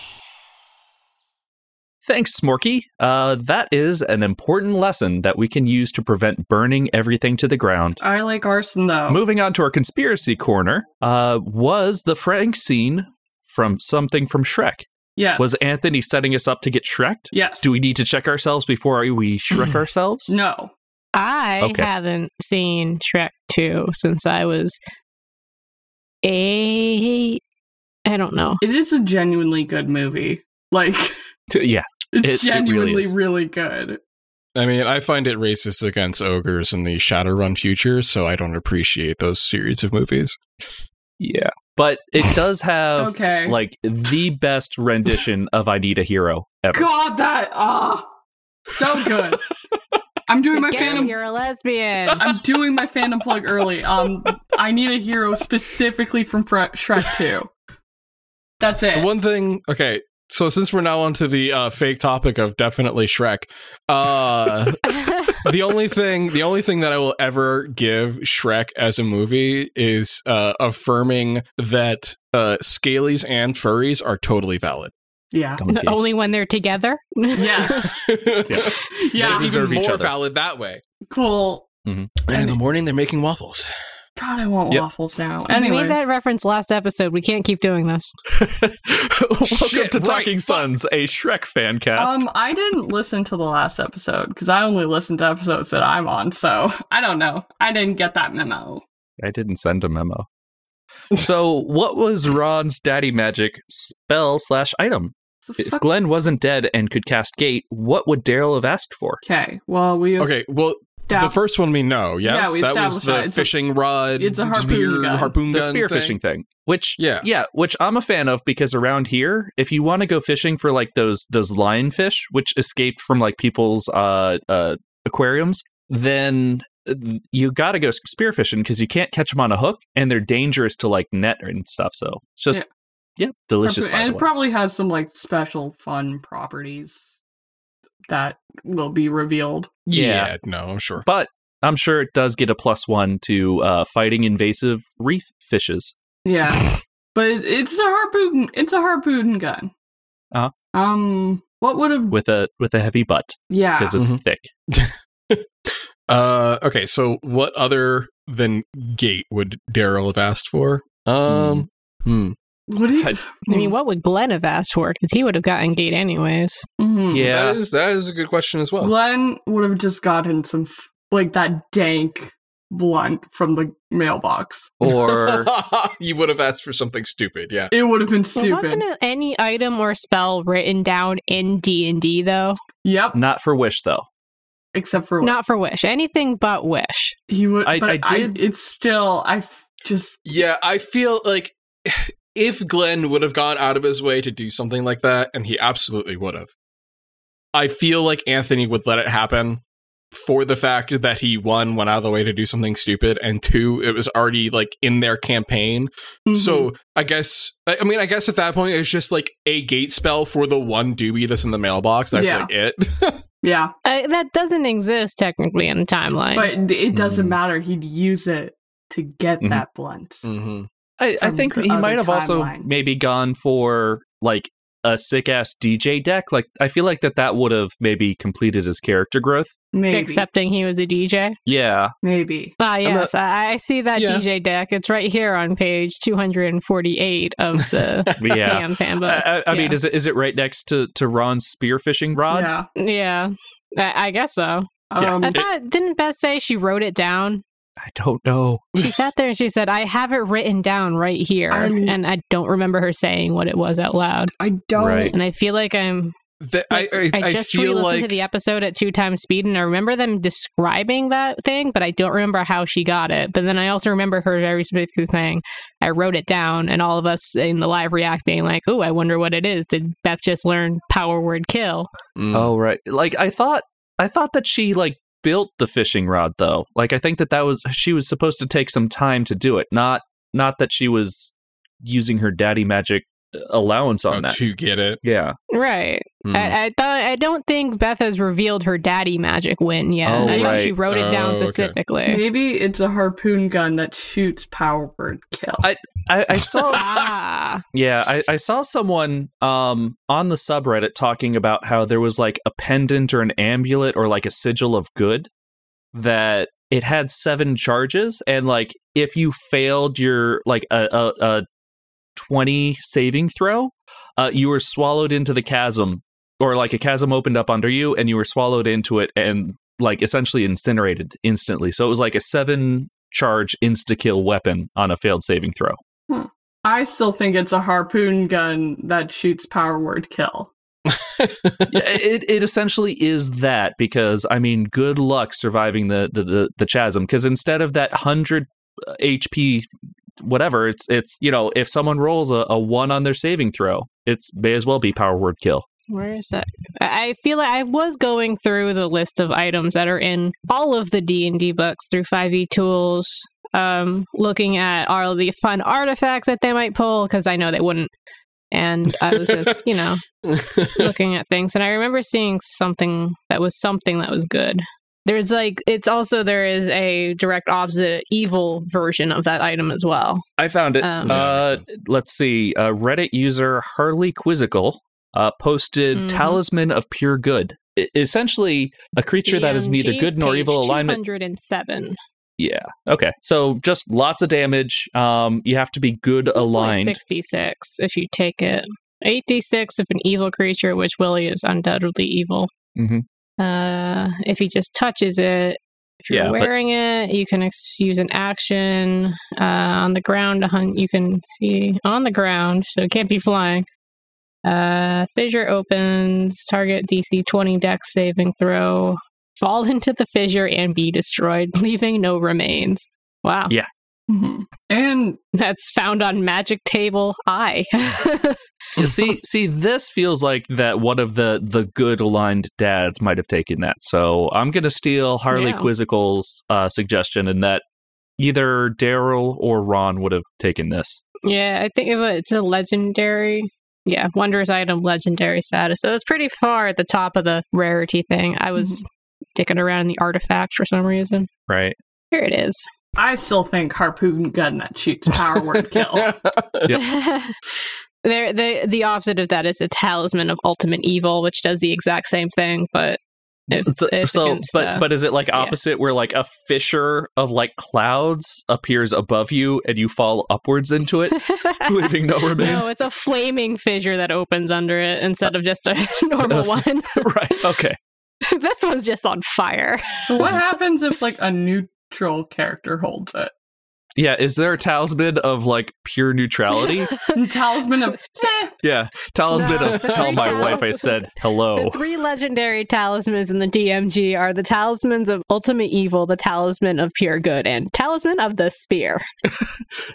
Speaker 3: Thanks, Smorky. Uh, that is an important lesson that we can use to prevent burning everything to the ground.
Speaker 5: I like arson though.
Speaker 3: Moving on to our conspiracy corner, uh, was the Frank scene from something from Shrek?
Speaker 5: yes.
Speaker 3: Was Anthony setting us up to get Shreked?
Speaker 5: Yes.
Speaker 3: Do we need to check ourselves before we Shrek ourselves?
Speaker 5: No.
Speaker 2: I
Speaker 3: Okay.
Speaker 2: haven't seen Shrek 2 since I was eight. I don't know.
Speaker 5: It is a genuinely good movie. Like
Speaker 3: Yeah. It- it really
Speaker 5: it's genuinely
Speaker 3: is.
Speaker 5: really, good.
Speaker 1: I mean, I find it racist against ogres in the Shadowrun future, so I don't appreciate those series of movies.
Speaker 3: Yeah. But it does have
Speaker 5: Okay.
Speaker 3: like the best rendition of I Need a Hero ever.
Speaker 5: God that ah so good. I'm doing my
Speaker 2: Get her,
Speaker 5: phantom
Speaker 2: you're a lesbian.
Speaker 5: I'm doing my fandom plug early. Um I need a hero specifically from Fre- Shrek 2. That's it.
Speaker 1: The one thing, okay, so since we're now onto the uh, fake topic of definitely Shrek, uh, the only thing, the only thing that I will ever give Shrek as a movie is uh, affirming that uh, scalies and furries are totally valid.
Speaker 5: yeah.
Speaker 3: Donkey.
Speaker 2: Only when they're together.
Speaker 5: Yes.
Speaker 1: They
Speaker 5: Yeah.
Speaker 3: deserve
Speaker 1: even
Speaker 3: each
Speaker 1: more
Speaker 3: other.
Speaker 1: valid that way.
Speaker 5: cool.
Speaker 1: And in the morning, they're making waffles.
Speaker 5: God, I want
Speaker 3: Yep.
Speaker 5: waffles now.
Speaker 2: we
Speaker 5: Anyway,
Speaker 2: made that reference last episode. We can't keep doing this.
Speaker 3: Welcome
Speaker 1: Shit,
Speaker 3: to
Speaker 1: right,
Speaker 3: Talking
Speaker 1: fuck.
Speaker 3: Sons, a Shrek fan cast.
Speaker 5: um, I didn't listen to the last episode because I only listen to episodes that I'm on, so I don't know. I didn't get that memo.
Speaker 3: I didn't send a memo. so, what was Ron's daddy magic spell slash item?
Speaker 5: So
Speaker 3: If
Speaker 5: fuck-
Speaker 3: Glenn wasn't dead and could cast Gate, what would Daryl have asked for?
Speaker 5: Okay, well we
Speaker 1: Okay, well, the
Speaker 5: estab-
Speaker 1: first one we know, yes,
Speaker 5: Yeah, we
Speaker 1: that was
Speaker 5: established
Speaker 1: the
Speaker 5: that. It's a-
Speaker 1: fishing rod.
Speaker 5: it's a harpoon
Speaker 1: spear,
Speaker 5: gun.
Speaker 1: harpoon
Speaker 3: the
Speaker 1: gun
Speaker 3: spear
Speaker 1: thing.
Speaker 3: fishing thing, which
Speaker 1: Yeah.
Speaker 3: yeah, which I'm a fan of because around here, if you want to go fishing for like those those lionfish which escaped from like people's uh, uh aquariums, then uh, you got to go spear fishing because you can't catch them on a hook and they're dangerous to like net and stuff. So it's just yeah, delicious. by
Speaker 5: and
Speaker 3: the
Speaker 5: it
Speaker 3: way.
Speaker 5: probably has some like special fun properties that will be revealed.
Speaker 1: Yeah.
Speaker 3: Yeah.
Speaker 1: no, I'm sure.
Speaker 3: but I'm sure it does get a plus one to uh, fighting invasive reef fishes.
Speaker 5: Yeah, but it- it's a harpoon. It's a harpoon gun.
Speaker 3: Uh-huh.
Speaker 5: Um, what would have?
Speaker 3: with a with a heavy butt
Speaker 5: Yeah,
Speaker 3: because it's
Speaker 1: Mhm.
Speaker 3: thick.
Speaker 1: Uh, okay, so what other than gate would Daryl have asked for? Um, hmm.
Speaker 5: what do you?
Speaker 3: God.
Speaker 2: I
Speaker 5: Hmm.
Speaker 2: mean, what would Glenn have asked for? Because he would have gotten gate anyways.
Speaker 5: Mhm.
Speaker 3: Yeah,
Speaker 1: that is that is a good question as well.
Speaker 5: Glenn would have just gotten some f- like that dank blunt from the mailbox.
Speaker 3: or
Speaker 1: you would have asked for something stupid. Yeah,
Speaker 5: It would have been
Speaker 2: Well,
Speaker 5: stupid.
Speaker 2: wasn't it any item or spell written down in D and D though?
Speaker 5: Yep,
Speaker 3: not for wish though.
Speaker 5: except for
Speaker 2: Not for wish. Anything but wish.
Speaker 5: he would.
Speaker 3: I-
Speaker 5: but
Speaker 3: I
Speaker 5: I,
Speaker 3: did-
Speaker 5: it's still. I f- just
Speaker 1: yeah. I feel like if Glenn would have gone out of his way to do something like that, and he absolutely would have, I feel like Anthony would let it happen for the fact that he one went out of the way to do something stupid, and two, it was already like in their campaign.
Speaker 5: mhm.
Speaker 1: So
Speaker 2: Mm-hmm.
Speaker 1: I guess I I mean I guess at that point it's just like a gate spell for the one doobie that's in the mailbox. That's
Speaker 5: Yeah.
Speaker 1: like it.
Speaker 5: yeah,
Speaker 2: Uh, that doesn't exist technically in the timeline.
Speaker 5: but it doesn't
Speaker 3: Mm.
Speaker 5: matter. He'd use it to get
Speaker 3: Mhm.
Speaker 5: that blunt.
Speaker 3: I, I
Speaker 5: from
Speaker 3: think
Speaker 5: the
Speaker 3: he
Speaker 5: other
Speaker 3: might have also
Speaker 5: timeline.
Speaker 3: maybe gone for like a sick ass DJ deck. Like I feel like that that would have maybe completed his character growth.
Speaker 5: Maybe,
Speaker 2: accepting he was a DJ.
Speaker 3: Yeah,
Speaker 5: maybe.
Speaker 2: Ah,
Speaker 1: not-
Speaker 2: yes, I, I see that
Speaker 1: Yeah.
Speaker 2: DJ deck. It's right here on page 248 of the
Speaker 3: yeah.
Speaker 2: DM's
Speaker 3: I,
Speaker 2: handbook.
Speaker 3: I, I
Speaker 2: Yeah.
Speaker 3: mean, is it is it right next to to Ron's spearfishing rod?
Speaker 5: Yeah.
Speaker 2: yeah, I, I guess so.
Speaker 5: Um,
Speaker 2: I thought didn't Beth say she wrote it down?
Speaker 3: I don't know.
Speaker 2: She sat there and she said, "I have it written down right here,"
Speaker 5: I'm-
Speaker 2: and I don't remember her saying what it was out loud.
Speaker 5: I don't.
Speaker 3: Right.
Speaker 2: And I feel like I'm
Speaker 1: that I, I,
Speaker 2: I
Speaker 1: I
Speaker 2: just
Speaker 1: feel
Speaker 2: re-listened to
Speaker 1: like
Speaker 2: the episode at two times speed, and I remember them describing that thing, but I don't remember how she got it. But then I also remember her very specifically saying, "I wrote it down," and all of us in the live react being like, "Ooh, I wonder what it is." Did Beth just learn power word kill?
Speaker 1: Mm.
Speaker 3: Oh right. Like I thought I thought that she like built the fishing rod though. Like I think that that was she was supposed to take some time to do it. Not not that she was using her daddy magic uh, allowance on
Speaker 1: Oh,
Speaker 3: that.
Speaker 1: to get it.
Speaker 3: yeah.
Speaker 2: Right.
Speaker 1: Mm.
Speaker 2: I, I thought I don't think Beth has revealed her daddy magic win yet.
Speaker 3: Oh,
Speaker 2: I think
Speaker 3: right.
Speaker 2: she wrote it
Speaker 1: Oh,
Speaker 2: down
Speaker 1: okay.
Speaker 2: specifically.
Speaker 5: Maybe it's a harpoon gun that shoots power word kill.
Speaker 3: I- I, I saw
Speaker 2: Ah,
Speaker 3: yeah, I, I saw someone um on the subreddit talking about how there was like a pendant or an amulet or like a sigil of good that it had seven charges and like if you failed your like a a, a 20 saving throw uh, you were swallowed into the chasm or like a chasm opened up under you and you were swallowed into it and like essentially incinerated instantly so it was like a seven charge insta kill weapon on a failed saving throw
Speaker 5: I still think it's a harpoon gun that shoots power word kill.
Speaker 3: Yeah, it it essentially is that because I mean, good luck surviving the the the, the chasm because instead of that hundred HP, whatever, it's it's you know if someone rolls a, a one on their saving throw, it's may as well be power word kill.
Speaker 2: where is that? I I feel like I was going through the list of items that are in all of the D and D books through Five E Tools, um, looking at all the fun artifacts that they might pull because I know they wouldn't. And I was just, you know,
Speaker 1: Mm.
Speaker 2: looking at things and i remember seeing something that was something that was good there's like it's also there is a direct opposite evil version of that item as well
Speaker 3: I found it.
Speaker 2: Um,
Speaker 3: uh, let's see. Uh, Reddit user Harley Quizzical uh, posted
Speaker 2: Mhm.
Speaker 3: Talisman of Pure Good. I- essentially, a creature that is neither
Speaker 2: DMG,
Speaker 3: good nor
Speaker 2: page
Speaker 3: evil alignment.
Speaker 2: 207
Speaker 3: Yeah. Okay. So just lots of damage. Um, you have to be good
Speaker 2: It's only
Speaker 3: aligned.
Speaker 2: 66 if you take it 86 if an evil creature which willie is undoubtedly evil
Speaker 3: Mhm.
Speaker 2: uh if he just touches it if you're
Speaker 3: Yeah, but-
Speaker 2: wearing it you can ex- use an action uh on the ground to hunt you can see on the ground so it can't be flying uh fissure opens target dc 20 dex saving throw fall into the fissure and be destroyed leaving no remains wow
Speaker 3: Yeah. Mm-hmm.
Speaker 5: And
Speaker 2: that's found on magic table i
Speaker 3: see, see, this feels like that one of the the good aligned dads might have taken that. So I'm gonna steal Harley
Speaker 2: Yeah.
Speaker 3: Quizzical's uh, suggestion, and that either Daryl or Ron would have taken this.
Speaker 2: Yeah, I think it wa- it's a legendary. Yeah, wondrous item, legendary status. So that's pretty far at the top of the rarity thing. I was
Speaker 3: Mm-hmm.
Speaker 2: dicking around in the artifacts for some reason.
Speaker 3: Right.
Speaker 2: Here it is.
Speaker 5: I still think harpoon gun that shoots power word kill.
Speaker 2: there, the the opposite of that is a talisman of ultimate evil, which does the exact same thing, but it's,
Speaker 3: so,
Speaker 2: it's
Speaker 3: so-
Speaker 2: against,
Speaker 3: but
Speaker 2: uh,
Speaker 3: but is it like opposite where like a fissure of like clouds appears above you and you fall upwards into it, leaving no remains? Uh,
Speaker 2: no, it's a flaming fissure that opens under it instead of just a normal one.
Speaker 3: right. Okay.
Speaker 2: this one's just on fire.
Speaker 5: so what happens if like a neutral character holds it?
Speaker 3: Yeah, is there a talisman of like pure neutrality?
Speaker 5: And talisman of eh,
Speaker 3: yeah, talisman
Speaker 2: No,
Speaker 3: of
Speaker 2: the
Speaker 3: tell
Speaker 2: three
Speaker 3: my wife I
Speaker 2: talismans.
Speaker 3: said hello.
Speaker 1: Oh.
Speaker 2: The three legendary talismans in the DMG are the talismans of ultimate evil, the talisman of pure good, and talisman of the spear.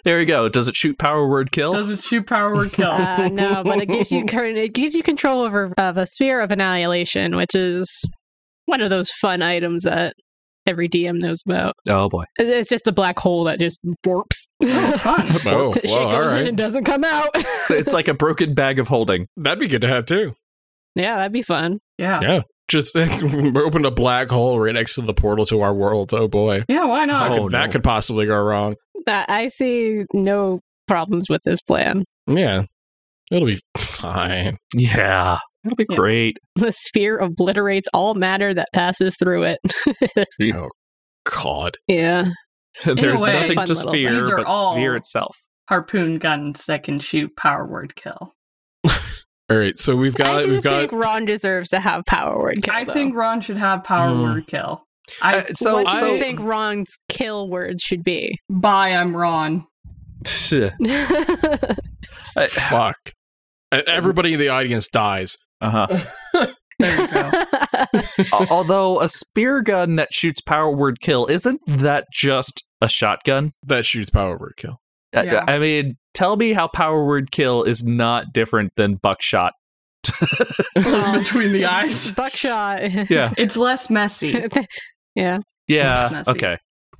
Speaker 3: There you go. Does it shoot power word kill?
Speaker 5: does it shoot power word kill?
Speaker 2: Uh, no, but it gives you current, it gives you control over of a sphere of annihilation, which is one of those fun items that every DM knows about.
Speaker 3: oh boy.
Speaker 2: It- It's just a black hole that just warps.
Speaker 5: Fun.
Speaker 1: Oh,
Speaker 2: Shit
Speaker 1: well, all
Speaker 2: goes in
Speaker 1: right.
Speaker 2: and doesn't come out.
Speaker 3: So it's like a broken bag of holding.
Speaker 1: That'd be good to have too.
Speaker 2: yeah, that'd be fun.
Speaker 5: Yeah.
Speaker 1: Yeah. Just opened a black hole right next to the portal to our world. Oh boy.
Speaker 5: Yeah, why
Speaker 1: How
Speaker 5: not?
Speaker 1: could-
Speaker 3: Oh,
Speaker 1: that
Speaker 3: no.
Speaker 1: could possibly go wrong.
Speaker 2: I I see no problems with this plan.
Speaker 1: Yeah. It'll be fine.
Speaker 3: Yeah, that'll be
Speaker 5: Yeah.
Speaker 3: great.
Speaker 2: The sphere obliterates all matter that passes through it.
Speaker 1: God.
Speaker 2: yeah.
Speaker 3: There's
Speaker 5: way-
Speaker 3: nothing
Speaker 2: Fun
Speaker 3: to
Speaker 2: little
Speaker 3: sphere
Speaker 5: things are
Speaker 3: but
Speaker 5: all-
Speaker 3: sphere itself.
Speaker 5: Harpoon guns that can shoot power word kill.
Speaker 1: All right. So we've
Speaker 2: I
Speaker 1: got
Speaker 2: do
Speaker 1: we've got
Speaker 2: think Ron deserves to have power word kill.
Speaker 5: I
Speaker 2: though.
Speaker 5: think Ron should have power
Speaker 1: Hmm.
Speaker 5: word kill. I
Speaker 3: Uh, so
Speaker 2: what do
Speaker 3: so
Speaker 2: you think Ron's kill word should be?
Speaker 5: buy I'm Ron.
Speaker 3: I-
Speaker 1: E, fuck. And Everybody in the audience dies.
Speaker 3: Uh huh.
Speaker 5: There you go.
Speaker 3: Although a spear gun that shoots power word kill isn't that just a shotgun?
Speaker 1: That shoots power word kill.
Speaker 3: I-
Speaker 5: Yeah.
Speaker 3: I mean, tell me how power word kill is not different than buckshot.
Speaker 5: Between the eyes.
Speaker 2: Buckshot.
Speaker 3: Yeah.
Speaker 5: It's less messy.
Speaker 2: yeah.
Speaker 5: It's
Speaker 3: Yeah.
Speaker 5: messy.
Speaker 3: Okay.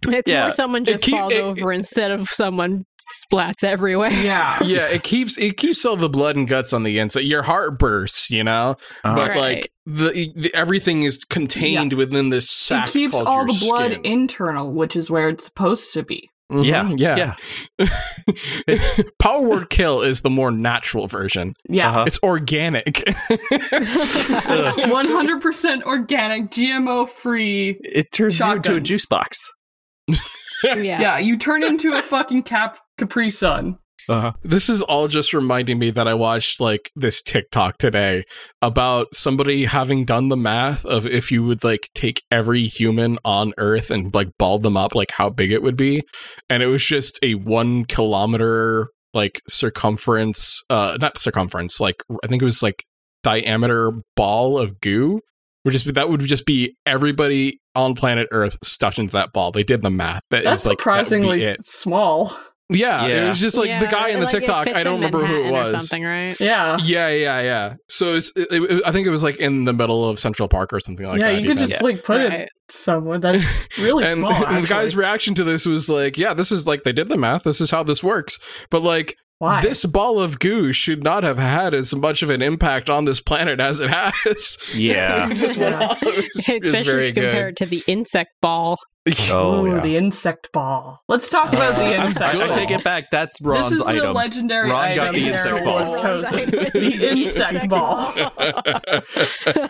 Speaker 2: It's
Speaker 3: Yeah.
Speaker 2: where someone just
Speaker 1: keep-
Speaker 2: falls
Speaker 1: it-
Speaker 2: over instead of someone splats everywhere.
Speaker 5: Yeah.
Speaker 1: yeah, it keeps it keeps all the blood and guts on the inside. Your heart bursts, you know,
Speaker 3: Uh-huh.
Speaker 1: but
Speaker 2: Right.
Speaker 1: like the, the everything is contained within this sack.
Speaker 5: It keeps
Speaker 1: called
Speaker 5: all
Speaker 1: your
Speaker 5: the blood
Speaker 1: skin.
Speaker 5: internal, which is where it's supposed to be.
Speaker 1: Mhm,
Speaker 3: Yeah.
Speaker 1: yeah. Power word kill is the more natural version.
Speaker 5: Yeah.
Speaker 3: Uh-huh.
Speaker 1: It's organic.
Speaker 3: Ugh.
Speaker 1: Uh.
Speaker 5: 100% organic, GMO free.
Speaker 3: It turns you into a
Speaker 5: Shotguns.
Speaker 3: juice box.
Speaker 2: yeah.
Speaker 5: Yeah, you turn into a fucking cap Capri Sun.
Speaker 3: Uh-huh.
Speaker 1: This is all just reminding me that I watched like this TikTok today about somebody having done the math of if you would like take every human on Earth and like balled them up, like how big it would be. And it was just a one kilometer like circumference, uh not circumference, like I think it was like diameter ball of goo. Which is that would just be everybody on planet Earth stuffed into that ball. They did the math. That
Speaker 5: That's
Speaker 1: is, like, that would be
Speaker 5: surprisingly
Speaker 1: it.
Speaker 5: small.
Speaker 1: Yeah, it
Speaker 3: Yeah.
Speaker 1: was just like the
Speaker 2: Yeah,
Speaker 1: guy in the
Speaker 2: like, it
Speaker 1: TikTok.
Speaker 2: fits
Speaker 1: I don't
Speaker 2: in
Speaker 1: remember who it
Speaker 2: Manhattan
Speaker 1: was.
Speaker 2: Or something, right?
Speaker 5: Yeah.
Speaker 1: Yeah, yeah, yeah. So it's, it, it- I think it was like in the middle of Central Park or something like
Speaker 5: yeah,
Speaker 1: that.
Speaker 5: you could
Speaker 1: even.
Speaker 5: just like put
Speaker 2: Right.
Speaker 5: it somewhere. That's really
Speaker 1: and,
Speaker 5: small.
Speaker 1: and the guy's
Speaker 5: actually.
Speaker 1: reaction to this was like, "Yeah, this is like they did the math. This is how this works." But like
Speaker 5: Why?
Speaker 1: this ball of goo should not have had as much of an impact on this planet as it has.
Speaker 3: Yeah.
Speaker 1: It just went
Speaker 5: Yeah.
Speaker 1: off. It was- it was
Speaker 2: Especially
Speaker 1: very good.
Speaker 2: compared to the insect ball.
Speaker 3: oh
Speaker 5: Ooh,
Speaker 3: yeah.
Speaker 5: the insect ball. Let's talk about the
Speaker 1: I'm
Speaker 5: insect
Speaker 1: good.
Speaker 3: I, I
Speaker 5: ball.
Speaker 3: take it back. That's
Speaker 5: This
Speaker 3: Ron's
Speaker 5: is the
Speaker 3: item.
Speaker 5: legendary
Speaker 3: Ron
Speaker 5: item
Speaker 3: got the
Speaker 5: Sarah
Speaker 3: insect
Speaker 5: Ward
Speaker 3: ball.
Speaker 5: chose.
Speaker 2: The
Speaker 5: insect ball.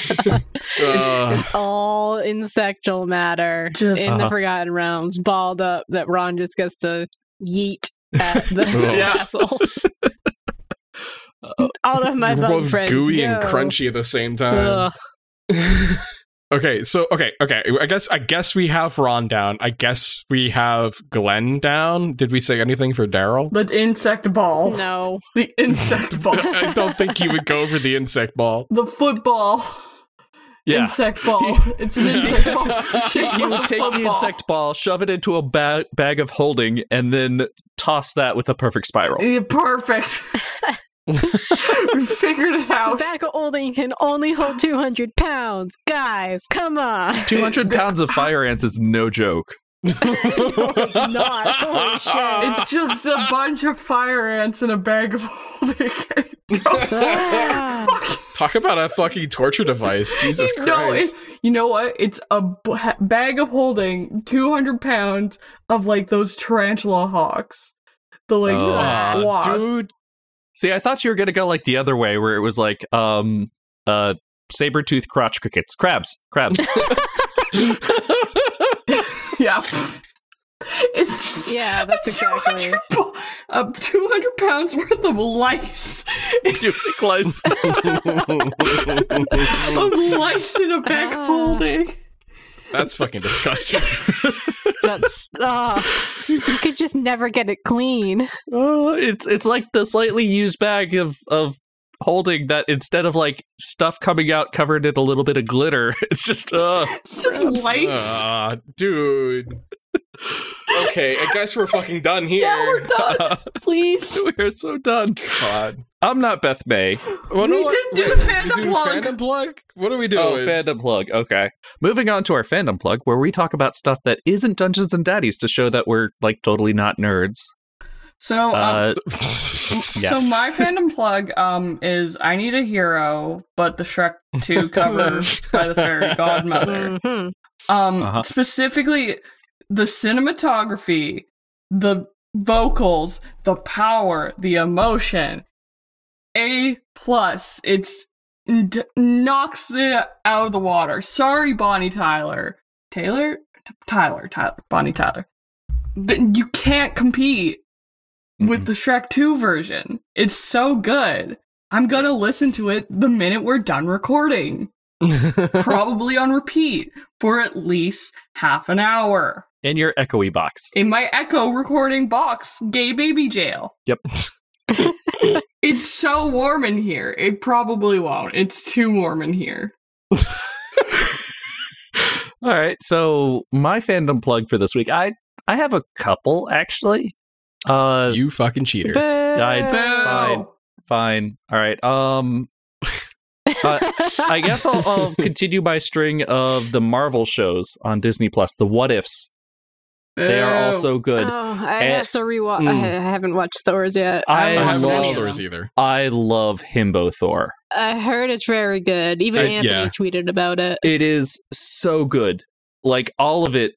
Speaker 1: Uh,
Speaker 2: It's all insectal matter
Speaker 5: Just-
Speaker 2: in the
Speaker 3: Uh-huh.
Speaker 2: Forgotten Realms, balled up that Ron just gets to yeet at the
Speaker 1: Oh. Yeah. Uh,
Speaker 2: castle. All of my bug
Speaker 1: both
Speaker 2: friends.
Speaker 1: gooey and
Speaker 2: go.
Speaker 1: crunchy at the same time.
Speaker 2: Ugh.
Speaker 1: okay, so okay, okay. I guess I guess we have Ron down. I guess we have Glenn down. Did we say anything for Daryl?
Speaker 5: The insect
Speaker 2: Oh.
Speaker 5: ball.
Speaker 2: No.
Speaker 5: The insect ball.
Speaker 1: I don't think he would go for the insect ball.
Speaker 5: the football.
Speaker 3: yeah.
Speaker 5: Insect ball. It's an insect ball. Shake
Speaker 3: You
Speaker 5: you
Speaker 3: would take the insect ball, shove it into a ba- bag of holding, and then toss that with a perfect spiral.
Speaker 5: Yeah, perfect. we figured it
Speaker 2: The
Speaker 5: out.
Speaker 2: back of Olding can only hold 200 pounds. Guys, come on.
Speaker 3: 200 pounds of fire ants is no joke.
Speaker 2: It's not. Holy shit.
Speaker 5: It's just a bunch of fire ants in a bag of holding.
Speaker 2: Ah.
Speaker 1: Talk about a fucking torture device. Jesus Christ.
Speaker 5: no, it, you know what? It's a b- ha- bag of holding, 200 pounds of like those tarantula hawks. The like
Speaker 3: Oh.
Speaker 1: Ah,
Speaker 5: wasps.
Speaker 1: dude.
Speaker 3: See, I thought you were going to go like the other way, where it was like, um, uh, saber tooth crotch crickets, crabs, crabs.
Speaker 5: Yeah. It's just
Speaker 2: Yeah, that's exactly.
Speaker 5: 200, po- uh, 200 pounds worth of lice.
Speaker 3: You think lice.
Speaker 1: Oh,
Speaker 5: of lice in a bag of
Speaker 2: Ah.
Speaker 5: holding.
Speaker 1: That's fucking disgusting.
Speaker 2: That's oh, you could just never get it clean.
Speaker 3: Oh, it's it's like the slightly used bag of of holding that instead of like stuff coming out covered in a little bit of glitter, it's just uh,
Speaker 5: It's just lice.
Speaker 1: Ah, dude. Okay, I guess we're fucking done here.
Speaker 5: yeah, we're done. Please.
Speaker 3: we're so done.
Speaker 1: God.
Speaker 3: I'm not Beth May.
Speaker 1: Well,
Speaker 5: We
Speaker 1: no,
Speaker 5: didn't do
Speaker 1: wait,
Speaker 5: the
Speaker 1: we
Speaker 5: fandom
Speaker 1: do
Speaker 5: plug.
Speaker 1: Fandom plug? What are we doing?
Speaker 3: Oh, fandom plug. Okay. Moving on to our fandom plug, where we talk about stuff that isn't Dungeons and Daddies to show that we're like totally not nerds.
Speaker 5: So,
Speaker 1: Oh,
Speaker 5: um,
Speaker 3: Uh, yeah.
Speaker 5: so my fandom plug um is I need a hero, but the Shrek 2 cover by the fairy godmother.
Speaker 2: Mhm.
Speaker 5: Um
Speaker 3: Mm. Uh-huh.
Speaker 5: specifically the cinematography, the vocals, the power, the emotion. A plus. It's d- knocks it out of the water. Sorry, Bonnie Tyler. Taylor? T- Tyler, Tyler, Bonnie Tyler. Th- You can't compete with the Shrek 2 version. It's so good. I'm gonna listen to it the minute we're done recording. Probably on repeat for at least half an hour.
Speaker 3: in your echoey box.
Speaker 5: In my Echo recording box, Gay Baby Jail.
Speaker 3: Yep.
Speaker 5: It's so warm in here. It probably won't. It's too warm in here.
Speaker 3: All right. So my fandom plug for this week, I I have a couple actually. Uh,
Speaker 1: you fucking cheater.
Speaker 3: Died.
Speaker 5: Boo!
Speaker 3: Fine. fine. All right. Um, uh, I guess I'll, I'll continue my string of the Marvel shows on Disney Plus. The What Ifs. They are
Speaker 5: Boo.
Speaker 3: also good.
Speaker 2: Oh, I
Speaker 3: And-
Speaker 2: have to rewatch.
Speaker 3: Mm.
Speaker 2: I I haven't watched Thor's yet.
Speaker 1: I
Speaker 3: I,
Speaker 1: haven't
Speaker 3: love.
Speaker 1: watched stories either.
Speaker 3: I love Himbo Thor.
Speaker 2: I heard it's very good. Even
Speaker 1: Uh,
Speaker 2: Anthony
Speaker 1: yeah.
Speaker 2: tweeted about it.
Speaker 3: It is so good. Like all of it.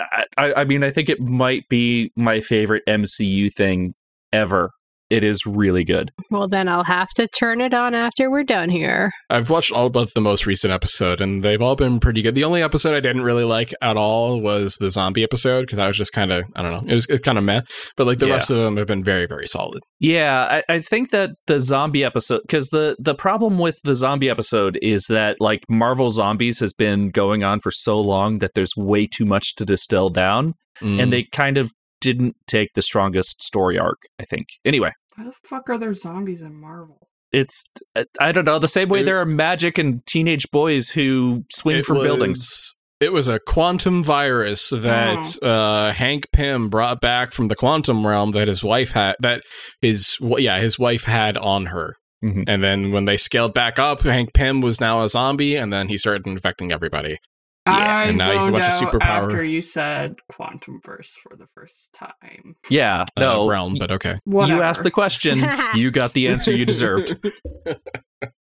Speaker 3: I- I, I mean, I think it might be my favorite MCU thing ever. It is really good.
Speaker 2: Well, then I'll have to turn it on after we're done here.
Speaker 1: I've watched all but the most recent episode, and they've all been pretty good. The only episode I didn't really like at all was the zombie episode because I was just kind of I don't know it was it's kind of meh. But like the
Speaker 3: Yeah.
Speaker 1: rest of them have been very very solid.
Speaker 3: Yeah, I, I think that the zombie episode because the the problem with the zombie episode is that like Marvel Zombies has been going on for so long that there's way too much to distill down,
Speaker 1: Mm.
Speaker 3: and they kind of didn't take the strongest story arc. I think anyway,
Speaker 5: Why the fuck are there zombies in Marvel?
Speaker 3: it's I- I don't know the same way
Speaker 1: It-
Speaker 3: there are magic and teenage boys who swing
Speaker 1: It
Speaker 3: from
Speaker 1: was-
Speaker 3: buildings. Oh.
Speaker 1: It was a quantum virus that uh, Hank Pym brought back from the quantum realm that his wife had that his wa- yeah his wife had on her,
Speaker 3: Mhm.
Speaker 1: and then when they scaled back up, Hank Pym was now a zombie, and then he started infecting everybody.
Speaker 5: I
Speaker 1: and now you can
Speaker 5: zoned
Speaker 1: watch the
Speaker 5: out
Speaker 1: superpower.
Speaker 5: after you said quantum verse for the first time.
Speaker 3: Yeah,
Speaker 1: uh,
Speaker 3: no
Speaker 1: realm, but okay.
Speaker 5: Whatever.
Speaker 3: You asked the question, you got the answer you deserved.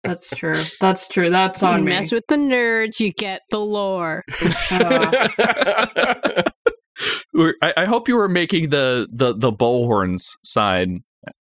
Speaker 5: That's true. That's true. That's on
Speaker 2: you
Speaker 5: me.
Speaker 2: mess with the nerds, you get the lore.
Speaker 5: Uh,
Speaker 3: We're- I, I hope you were making the the the bullhorns sign,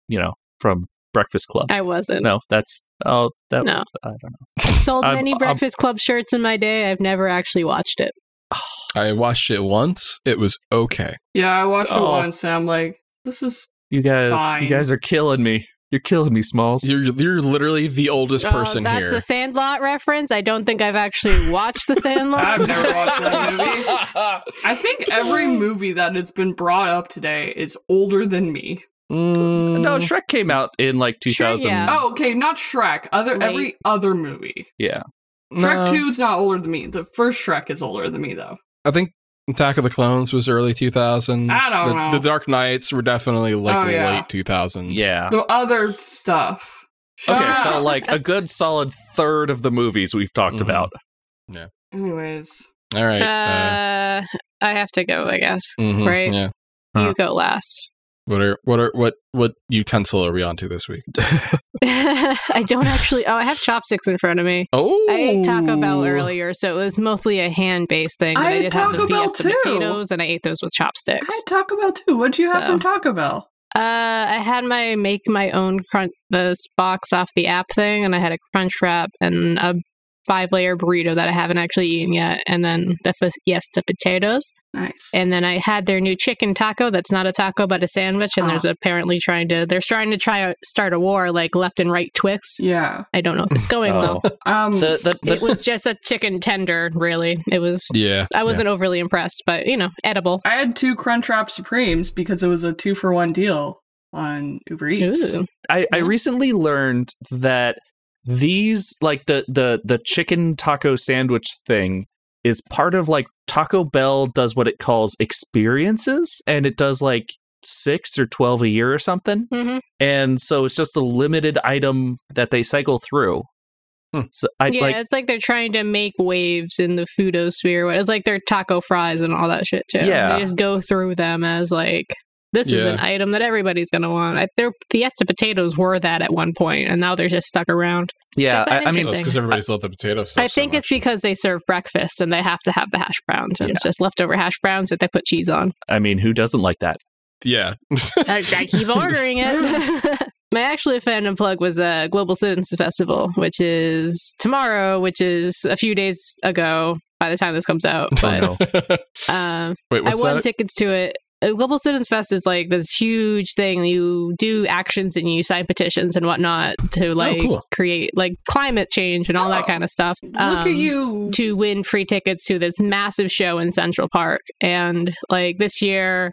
Speaker 3: you know, from Breakfast Club.
Speaker 2: I wasn't.
Speaker 3: No, that's oh that
Speaker 2: Uh, No.
Speaker 3: I don't know.
Speaker 2: Sold
Speaker 3: I'm-
Speaker 2: many
Speaker 3: I'm-
Speaker 2: Breakfast Club shirts in my day. I've never actually watched it.
Speaker 1: I watched it once. It was okay.
Speaker 5: yeah, I watched
Speaker 3: Oh.
Speaker 5: it once and I'm like, this is
Speaker 3: You guys,
Speaker 5: Fine.
Speaker 3: you guys are killing me. You're killing me, Smalls.
Speaker 1: You're you're literally the oldest
Speaker 2: Oh,
Speaker 1: person
Speaker 2: that's
Speaker 1: here.
Speaker 2: a Sandlot reference. I don't think I've actually watched the Sandlot.
Speaker 5: I've never watched that movie. I think every movie that has been brought up today is older than me.
Speaker 1: Mm,
Speaker 3: no, Shrek came out in like 2000.
Speaker 2: yeah.
Speaker 5: Oh, okay, not Shrek. Other
Speaker 2: Late.
Speaker 5: every other movie.
Speaker 3: yeah.
Speaker 5: Shrek
Speaker 1: no.
Speaker 5: Two is not older than me. The first Shrek is older than me though.
Speaker 1: I think Attack of the Clones was early 2000s.
Speaker 5: I don't
Speaker 1: the,
Speaker 5: know.
Speaker 1: the Dark Knights were definitely like
Speaker 5: Oh, yeah.
Speaker 1: late 2000s.
Speaker 3: Yeah.
Speaker 5: The other stuff. Shut
Speaker 3: Okay, so
Speaker 5: up.
Speaker 3: like a good solid third of the movies we've talked
Speaker 1: Mhm.
Speaker 2: Mm-hmm.
Speaker 3: about.
Speaker 5: Anyways,
Speaker 1: All right. uh,
Speaker 2: Uh, I have to go, I guess.
Speaker 1: mhm,
Speaker 2: right?
Speaker 1: Yeah.
Speaker 3: Huh.
Speaker 2: You go last.
Speaker 1: What are what are what what utensil are we on to this week?
Speaker 2: I don't actually. Oh, I have chopsticks in front of me.
Speaker 1: Oh,
Speaker 2: I ate Taco Bell earlier, so it was mostly a hand-based thing. But I,
Speaker 5: I
Speaker 2: did
Speaker 5: had
Speaker 2: have the
Speaker 5: Taco Bell
Speaker 2: Fiesta
Speaker 5: too.
Speaker 2: potatoes, and I ate those with
Speaker 5: I
Speaker 2: chopsticks.
Speaker 5: had Taco Bell too. What'd you have
Speaker 2: So-
Speaker 5: from Taco Bell?
Speaker 2: Uh, I had my make my own crunch this box off the app thing, and I had a crunch wrap and a five-layer burrito that I haven't actually eaten yet, and then the Fiesta potatoes.
Speaker 5: Nice.
Speaker 2: And then I had their new chicken taco. That's not a taco, but a sandwich. And
Speaker 5: Ah.
Speaker 2: there's apparently trying to they're trying to try start a war like left and right Twix.
Speaker 5: yeah.
Speaker 2: I don't know if it's going well.
Speaker 3: Oh.
Speaker 5: Um.
Speaker 3: The- the- the-
Speaker 2: It was just a chicken tender, really. It was.
Speaker 1: Yeah.
Speaker 2: I wasn't overly impressed, but you know, edible.
Speaker 5: I had two Crunchwrap Supremes because it was a two for one deal on Uber Eats.
Speaker 2: Ooh.
Speaker 3: I, I
Speaker 2: Yeah.
Speaker 3: recently learned that these like the the the chicken taco sandwich thing is part of like Taco Bell does what it calls experiences and it does like 6 or 12 a year or something
Speaker 2: Mhm.
Speaker 3: and so it's just a limited item that they cycle through.
Speaker 1: Hmm.
Speaker 3: So I
Speaker 2: yeah,
Speaker 3: like
Speaker 2: it's like they're trying to make waves in the foodosphere. It's like their taco fries and all that shit too.
Speaker 3: Yeah.
Speaker 2: they just go through them as like this is an
Speaker 1: Yeah.
Speaker 2: item that everybody's gonna want. I, their Fiesta potatoes were that at one point, and now they're just stuck around.
Speaker 3: yeah,
Speaker 2: Japan
Speaker 3: I, I mean
Speaker 2: interesting.
Speaker 1: because everybody's loved the potato stuff.
Speaker 2: I think
Speaker 1: so
Speaker 2: it's
Speaker 1: much.
Speaker 2: because they serve breakfast and they have to have the hash browns, and it's just leftover hash browns that they put cheese on.
Speaker 3: I mean who doesn't like that?
Speaker 1: yeah.
Speaker 2: I, I keep ordering it. My actually fandom plug was uh, Global Citizens Festival, which is tomorrow, which is a few days ago by the time this comes out. But
Speaker 3: Oh, no.
Speaker 2: um,
Speaker 1: Wait,
Speaker 2: I
Speaker 1: what's
Speaker 2: won
Speaker 1: that?
Speaker 2: tickets to it. Uh, Global Citizens Fest is like this huge thing. You do actions and you sign petitions and whatnot to like
Speaker 1: cool.
Speaker 2: create like climate change and all that
Speaker 5: Oh,
Speaker 2: kind of stuff.
Speaker 5: Look
Speaker 2: Um,
Speaker 5: at you.
Speaker 2: to win free tickets to this massive show in Central Park. And like this year,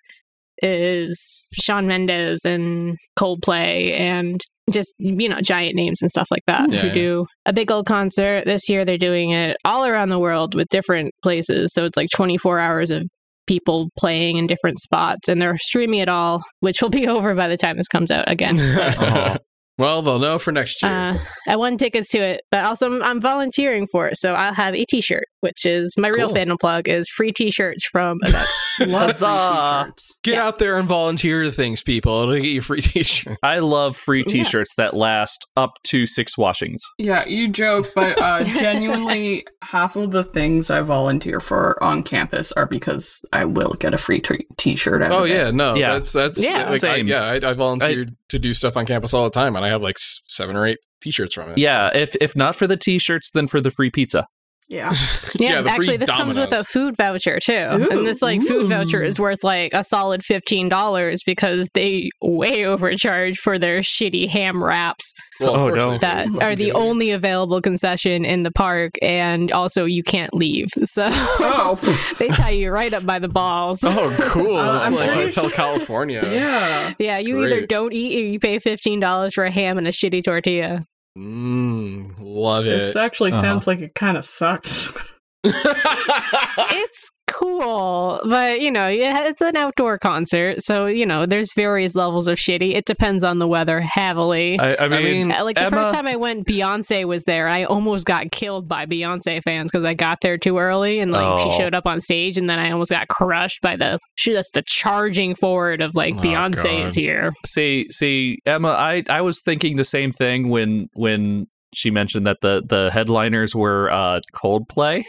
Speaker 2: is Sean Mendes and Coldplay and just you know giant names and stuff like that
Speaker 1: Yeah,
Speaker 2: who
Speaker 1: yeah.
Speaker 2: do a big old concert this year they're doing it all around the world with different places so it's like 24 hours of people playing in different spots and they're streaming it all which will be over by the time this comes out again
Speaker 3: Aw.
Speaker 1: Uh-huh. well, they'll know for next year.
Speaker 2: uh, I won tickets to it, but also I'm, I'm volunteering for it, so I'll have a T-shirt, which is my real
Speaker 1: Cool.
Speaker 2: fandom plug is free T-shirts from events.
Speaker 5: Love free
Speaker 3: Huzzah.
Speaker 5: t-shirts.
Speaker 1: get out there and volunteer to things, people. It'll get you free t-shirt.
Speaker 3: I love free
Speaker 2: Yeah.
Speaker 3: T-shirts that last up to six washings.
Speaker 5: Yeah, you joke, but uh, genuinely, half of the things I volunteer for on campus are because I will get a free t- t-shirt. out
Speaker 1: Oh
Speaker 5: of it.
Speaker 1: yeah, no,
Speaker 3: Yeah.
Speaker 1: that's that's
Speaker 2: Yeah.
Speaker 1: like, I,
Speaker 3: Same.
Speaker 1: yeah. I, I volunteered to do stuff on campus all the time, and I have like s- seven or eight t-shirts from it.
Speaker 3: Yeah, if if not for the T-shirts, then for the free pizza.
Speaker 5: yeah.
Speaker 2: yeah,
Speaker 1: the free
Speaker 2: actually, this comes with a
Speaker 1: dominoes.
Speaker 2: food voucher too,
Speaker 5: Ooh.
Speaker 2: and this like food voucher
Speaker 5: Ooh.
Speaker 2: is worth like a solid fifteen dollars because they way overcharge for their shitty ham wraps
Speaker 1: Well, of
Speaker 3: Oh,
Speaker 1: course
Speaker 3: no.
Speaker 1: they do.
Speaker 2: that
Speaker 1: What
Speaker 2: are
Speaker 1: you
Speaker 2: the
Speaker 1: gonna do?
Speaker 2: only available concession in the park, and also you can't leave, so
Speaker 5: Oh,
Speaker 2: they tie you right up by the balls.
Speaker 1: Oh, cool!
Speaker 5: Uh,
Speaker 1: it's
Speaker 5: I'm
Speaker 1: like
Speaker 5: pretty
Speaker 1: Hotel California.
Speaker 5: yeah.
Speaker 2: Yeah, you either
Speaker 1: Great.
Speaker 2: don't eat or you pay fifteen dollars for a ham and a shitty tortilla.
Speaker 1: Mm, love it.
Speaker 5: This actually
Speaker 3: Uh-huh.
Speaker 5: sounds like it kind of sucks.
Speaker 2: It's cool, but you know, yeah, it's an outdoor concert, so you know, there's various levels of shitty. It depends on the weather heavily.
Speaker 3: I, I mean,
Speaker 1: mean,
Speaker 2: Uh, like the
Speaker 3: Emma-
Speaker 2: first time I went, Beyonce was there. I almost got killed by Beyonce fans because I got there too early, and like she
Speaker 3: Oh.
Speaker 2: showed up on stage, and then I almost got crushed by the she just the charging forward of like
Speaker 1: Oh,
Speaker 2: Beyonce
Speaker 1: God.
Speaker 2: is here.
Speaker 3: see, see, Emma, I I was thinking the same thing when when she mentioned that the the headliners were uh, Coldplay.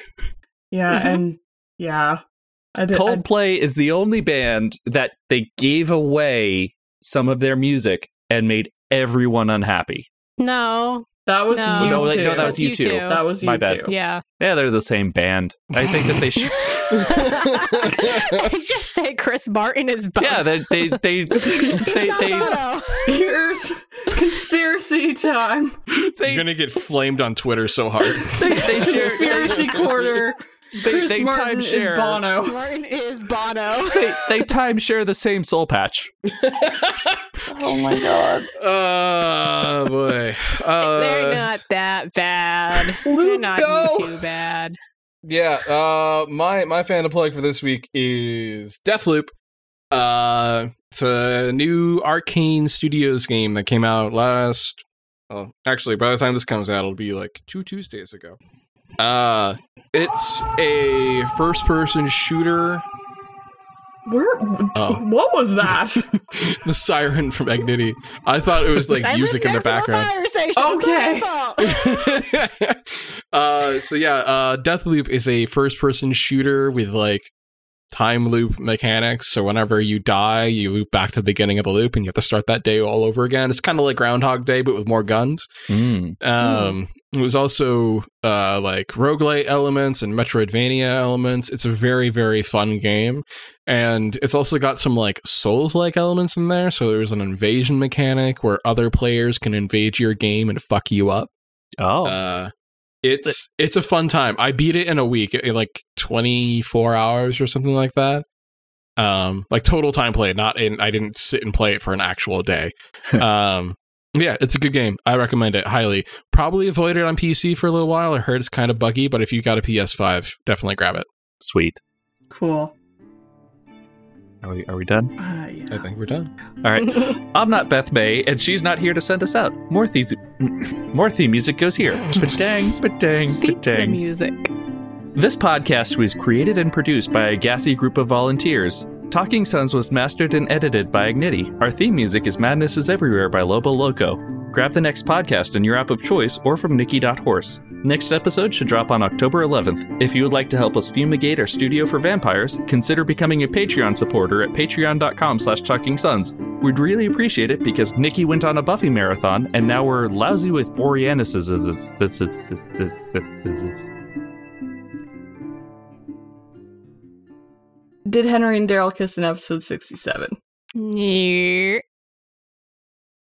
Speaker 5: Yeah,
Speaker 2: Mhm.
Speaker 5: and yeah, I did. I,
Speaker 3: Coldplay is the only band that they gave away some of their music and made everyone unhappy.
Speaker 2: No,
Speaker 5: that was
Speaker 2: No.
Speaker 5: you
Speaker 3: No, like,
Speaker 5: too.
Speaker 3: no, that was
Speaker 2: That's
Speaker 3: you
Speaker 2: you
Speaker 3: two.
Speaker 2: too.
Speaker 5: That was you
Speaker 3: My bad.
Speaker 5: too.
Speaker 2: yeah.
Speaker 3: Yeah, they're the same band. I think that they should.
Speaker 2: I just say Chris Martin is both.
Speaker 3: yeah, they they they they, they,
Speaker 5: Here's conspiracy time.
Speaker 1: You're gonna get flamed on Twitter so hard.
Speaker 3: they, they share
Speaker 5: Conspiracy corner. Chris
Speaker 3: they
Speaker 5: Martin is
Speaker 3: timeshare.
Speaker 5: Bono.
Speaker 2: Martin is Bono.
Speaker 3: they, they timeshare the same soul patch.
Speaker 5: Oh my god.
Speaker 1: Oh boy. Uh,
Speaker 2: They're not that bad. They're not
Speaker 5: Lugo.
Speaker 2: too bad.
Speaker 1: Yeah, uh my my fan to plug for this week is Deathloop. Uh it's a new Arcane Studios game that came out last well, actually by the time this comes out it'll be like 2 Tuesdays ago. Uh it's a first person shooter.
Speaker 5: Where?
Speaker 1: Oh.
Speaker 5: What was that?
Speaker 1: the siren from Agnity. I thought it was like
Speaker 2: I
Speaker 1: music
Speaker 2: live
Speaker 1: in the
Speaker 2: next to a
Speaker 1: background.
Speaker 2: fire station. It's
Speaker 5: Okay.
Speaker 2: not my fault.
Speaker 1: uh, so yeah, uh, Deathloop is a first-person shooter with like time loop mechanics. So whenever you die, you loop back to the beginning of the loop, and you have to start that day all over again. It's kind of like Groundhog Day, but with more guns.
Speaker 3: Hmm.
Speaker 1: Um, It was also uh, like roguelite elements and Metroidvania elements. It's a very, very fun game. And it's also got some like Souls like elements in there. So there's an invasion mechanic where other players can invade your game and fuck you up.
Speaker 3: Oh,
Speaker 1: Uh, it's it's a fun time. I beat it in a week, in like 24 hours or something like that. Um, like total time play, not in. I didn't sit and play it for an actual day. um, yeah, it's a good game. I recommend it highly. Probably avoid it on PC for a little while. I heard it's kind of buggy, but if you got a PS5, definitely grab it.
Speaker 3: sweet.
Speaker 5: cool.
Speaker 3: Are we, are we done?
Speaker 5: Uh,
Speaker 1: I
Speaker 5: yeah.
Speaker 1: think we're done.
Speaker 3: All right. I'm not Beth May, and she's not here to send us out. More, thieves, more theme music goes here. Ba-dang, ba-dang,
Speaker 2: Pizza
Speaker 3: ba-dang.
Speaker 2: music.
Speaker 3: This podcast was created and produced by a gassy group of volunteers. Talking Sons was mastered and edited by Igniti. Our theme music is Madness is Everywhere by Lobo Loco. Grab the next podcast in your app of choice or from Nikki.horse. Next episode should drop on October 11th. If you would like to help us fumigate our studio for vampires, consider becoming a Patreon supporter at patreon.com slash talking sons. We'd really appreciate it because Nikki went on a Buffy marathon and now we're lousy with Boreanises.
Speaker 5: Did Henry and Daryl kiss in episode sixty-seven?
Speaker 2: Yeah.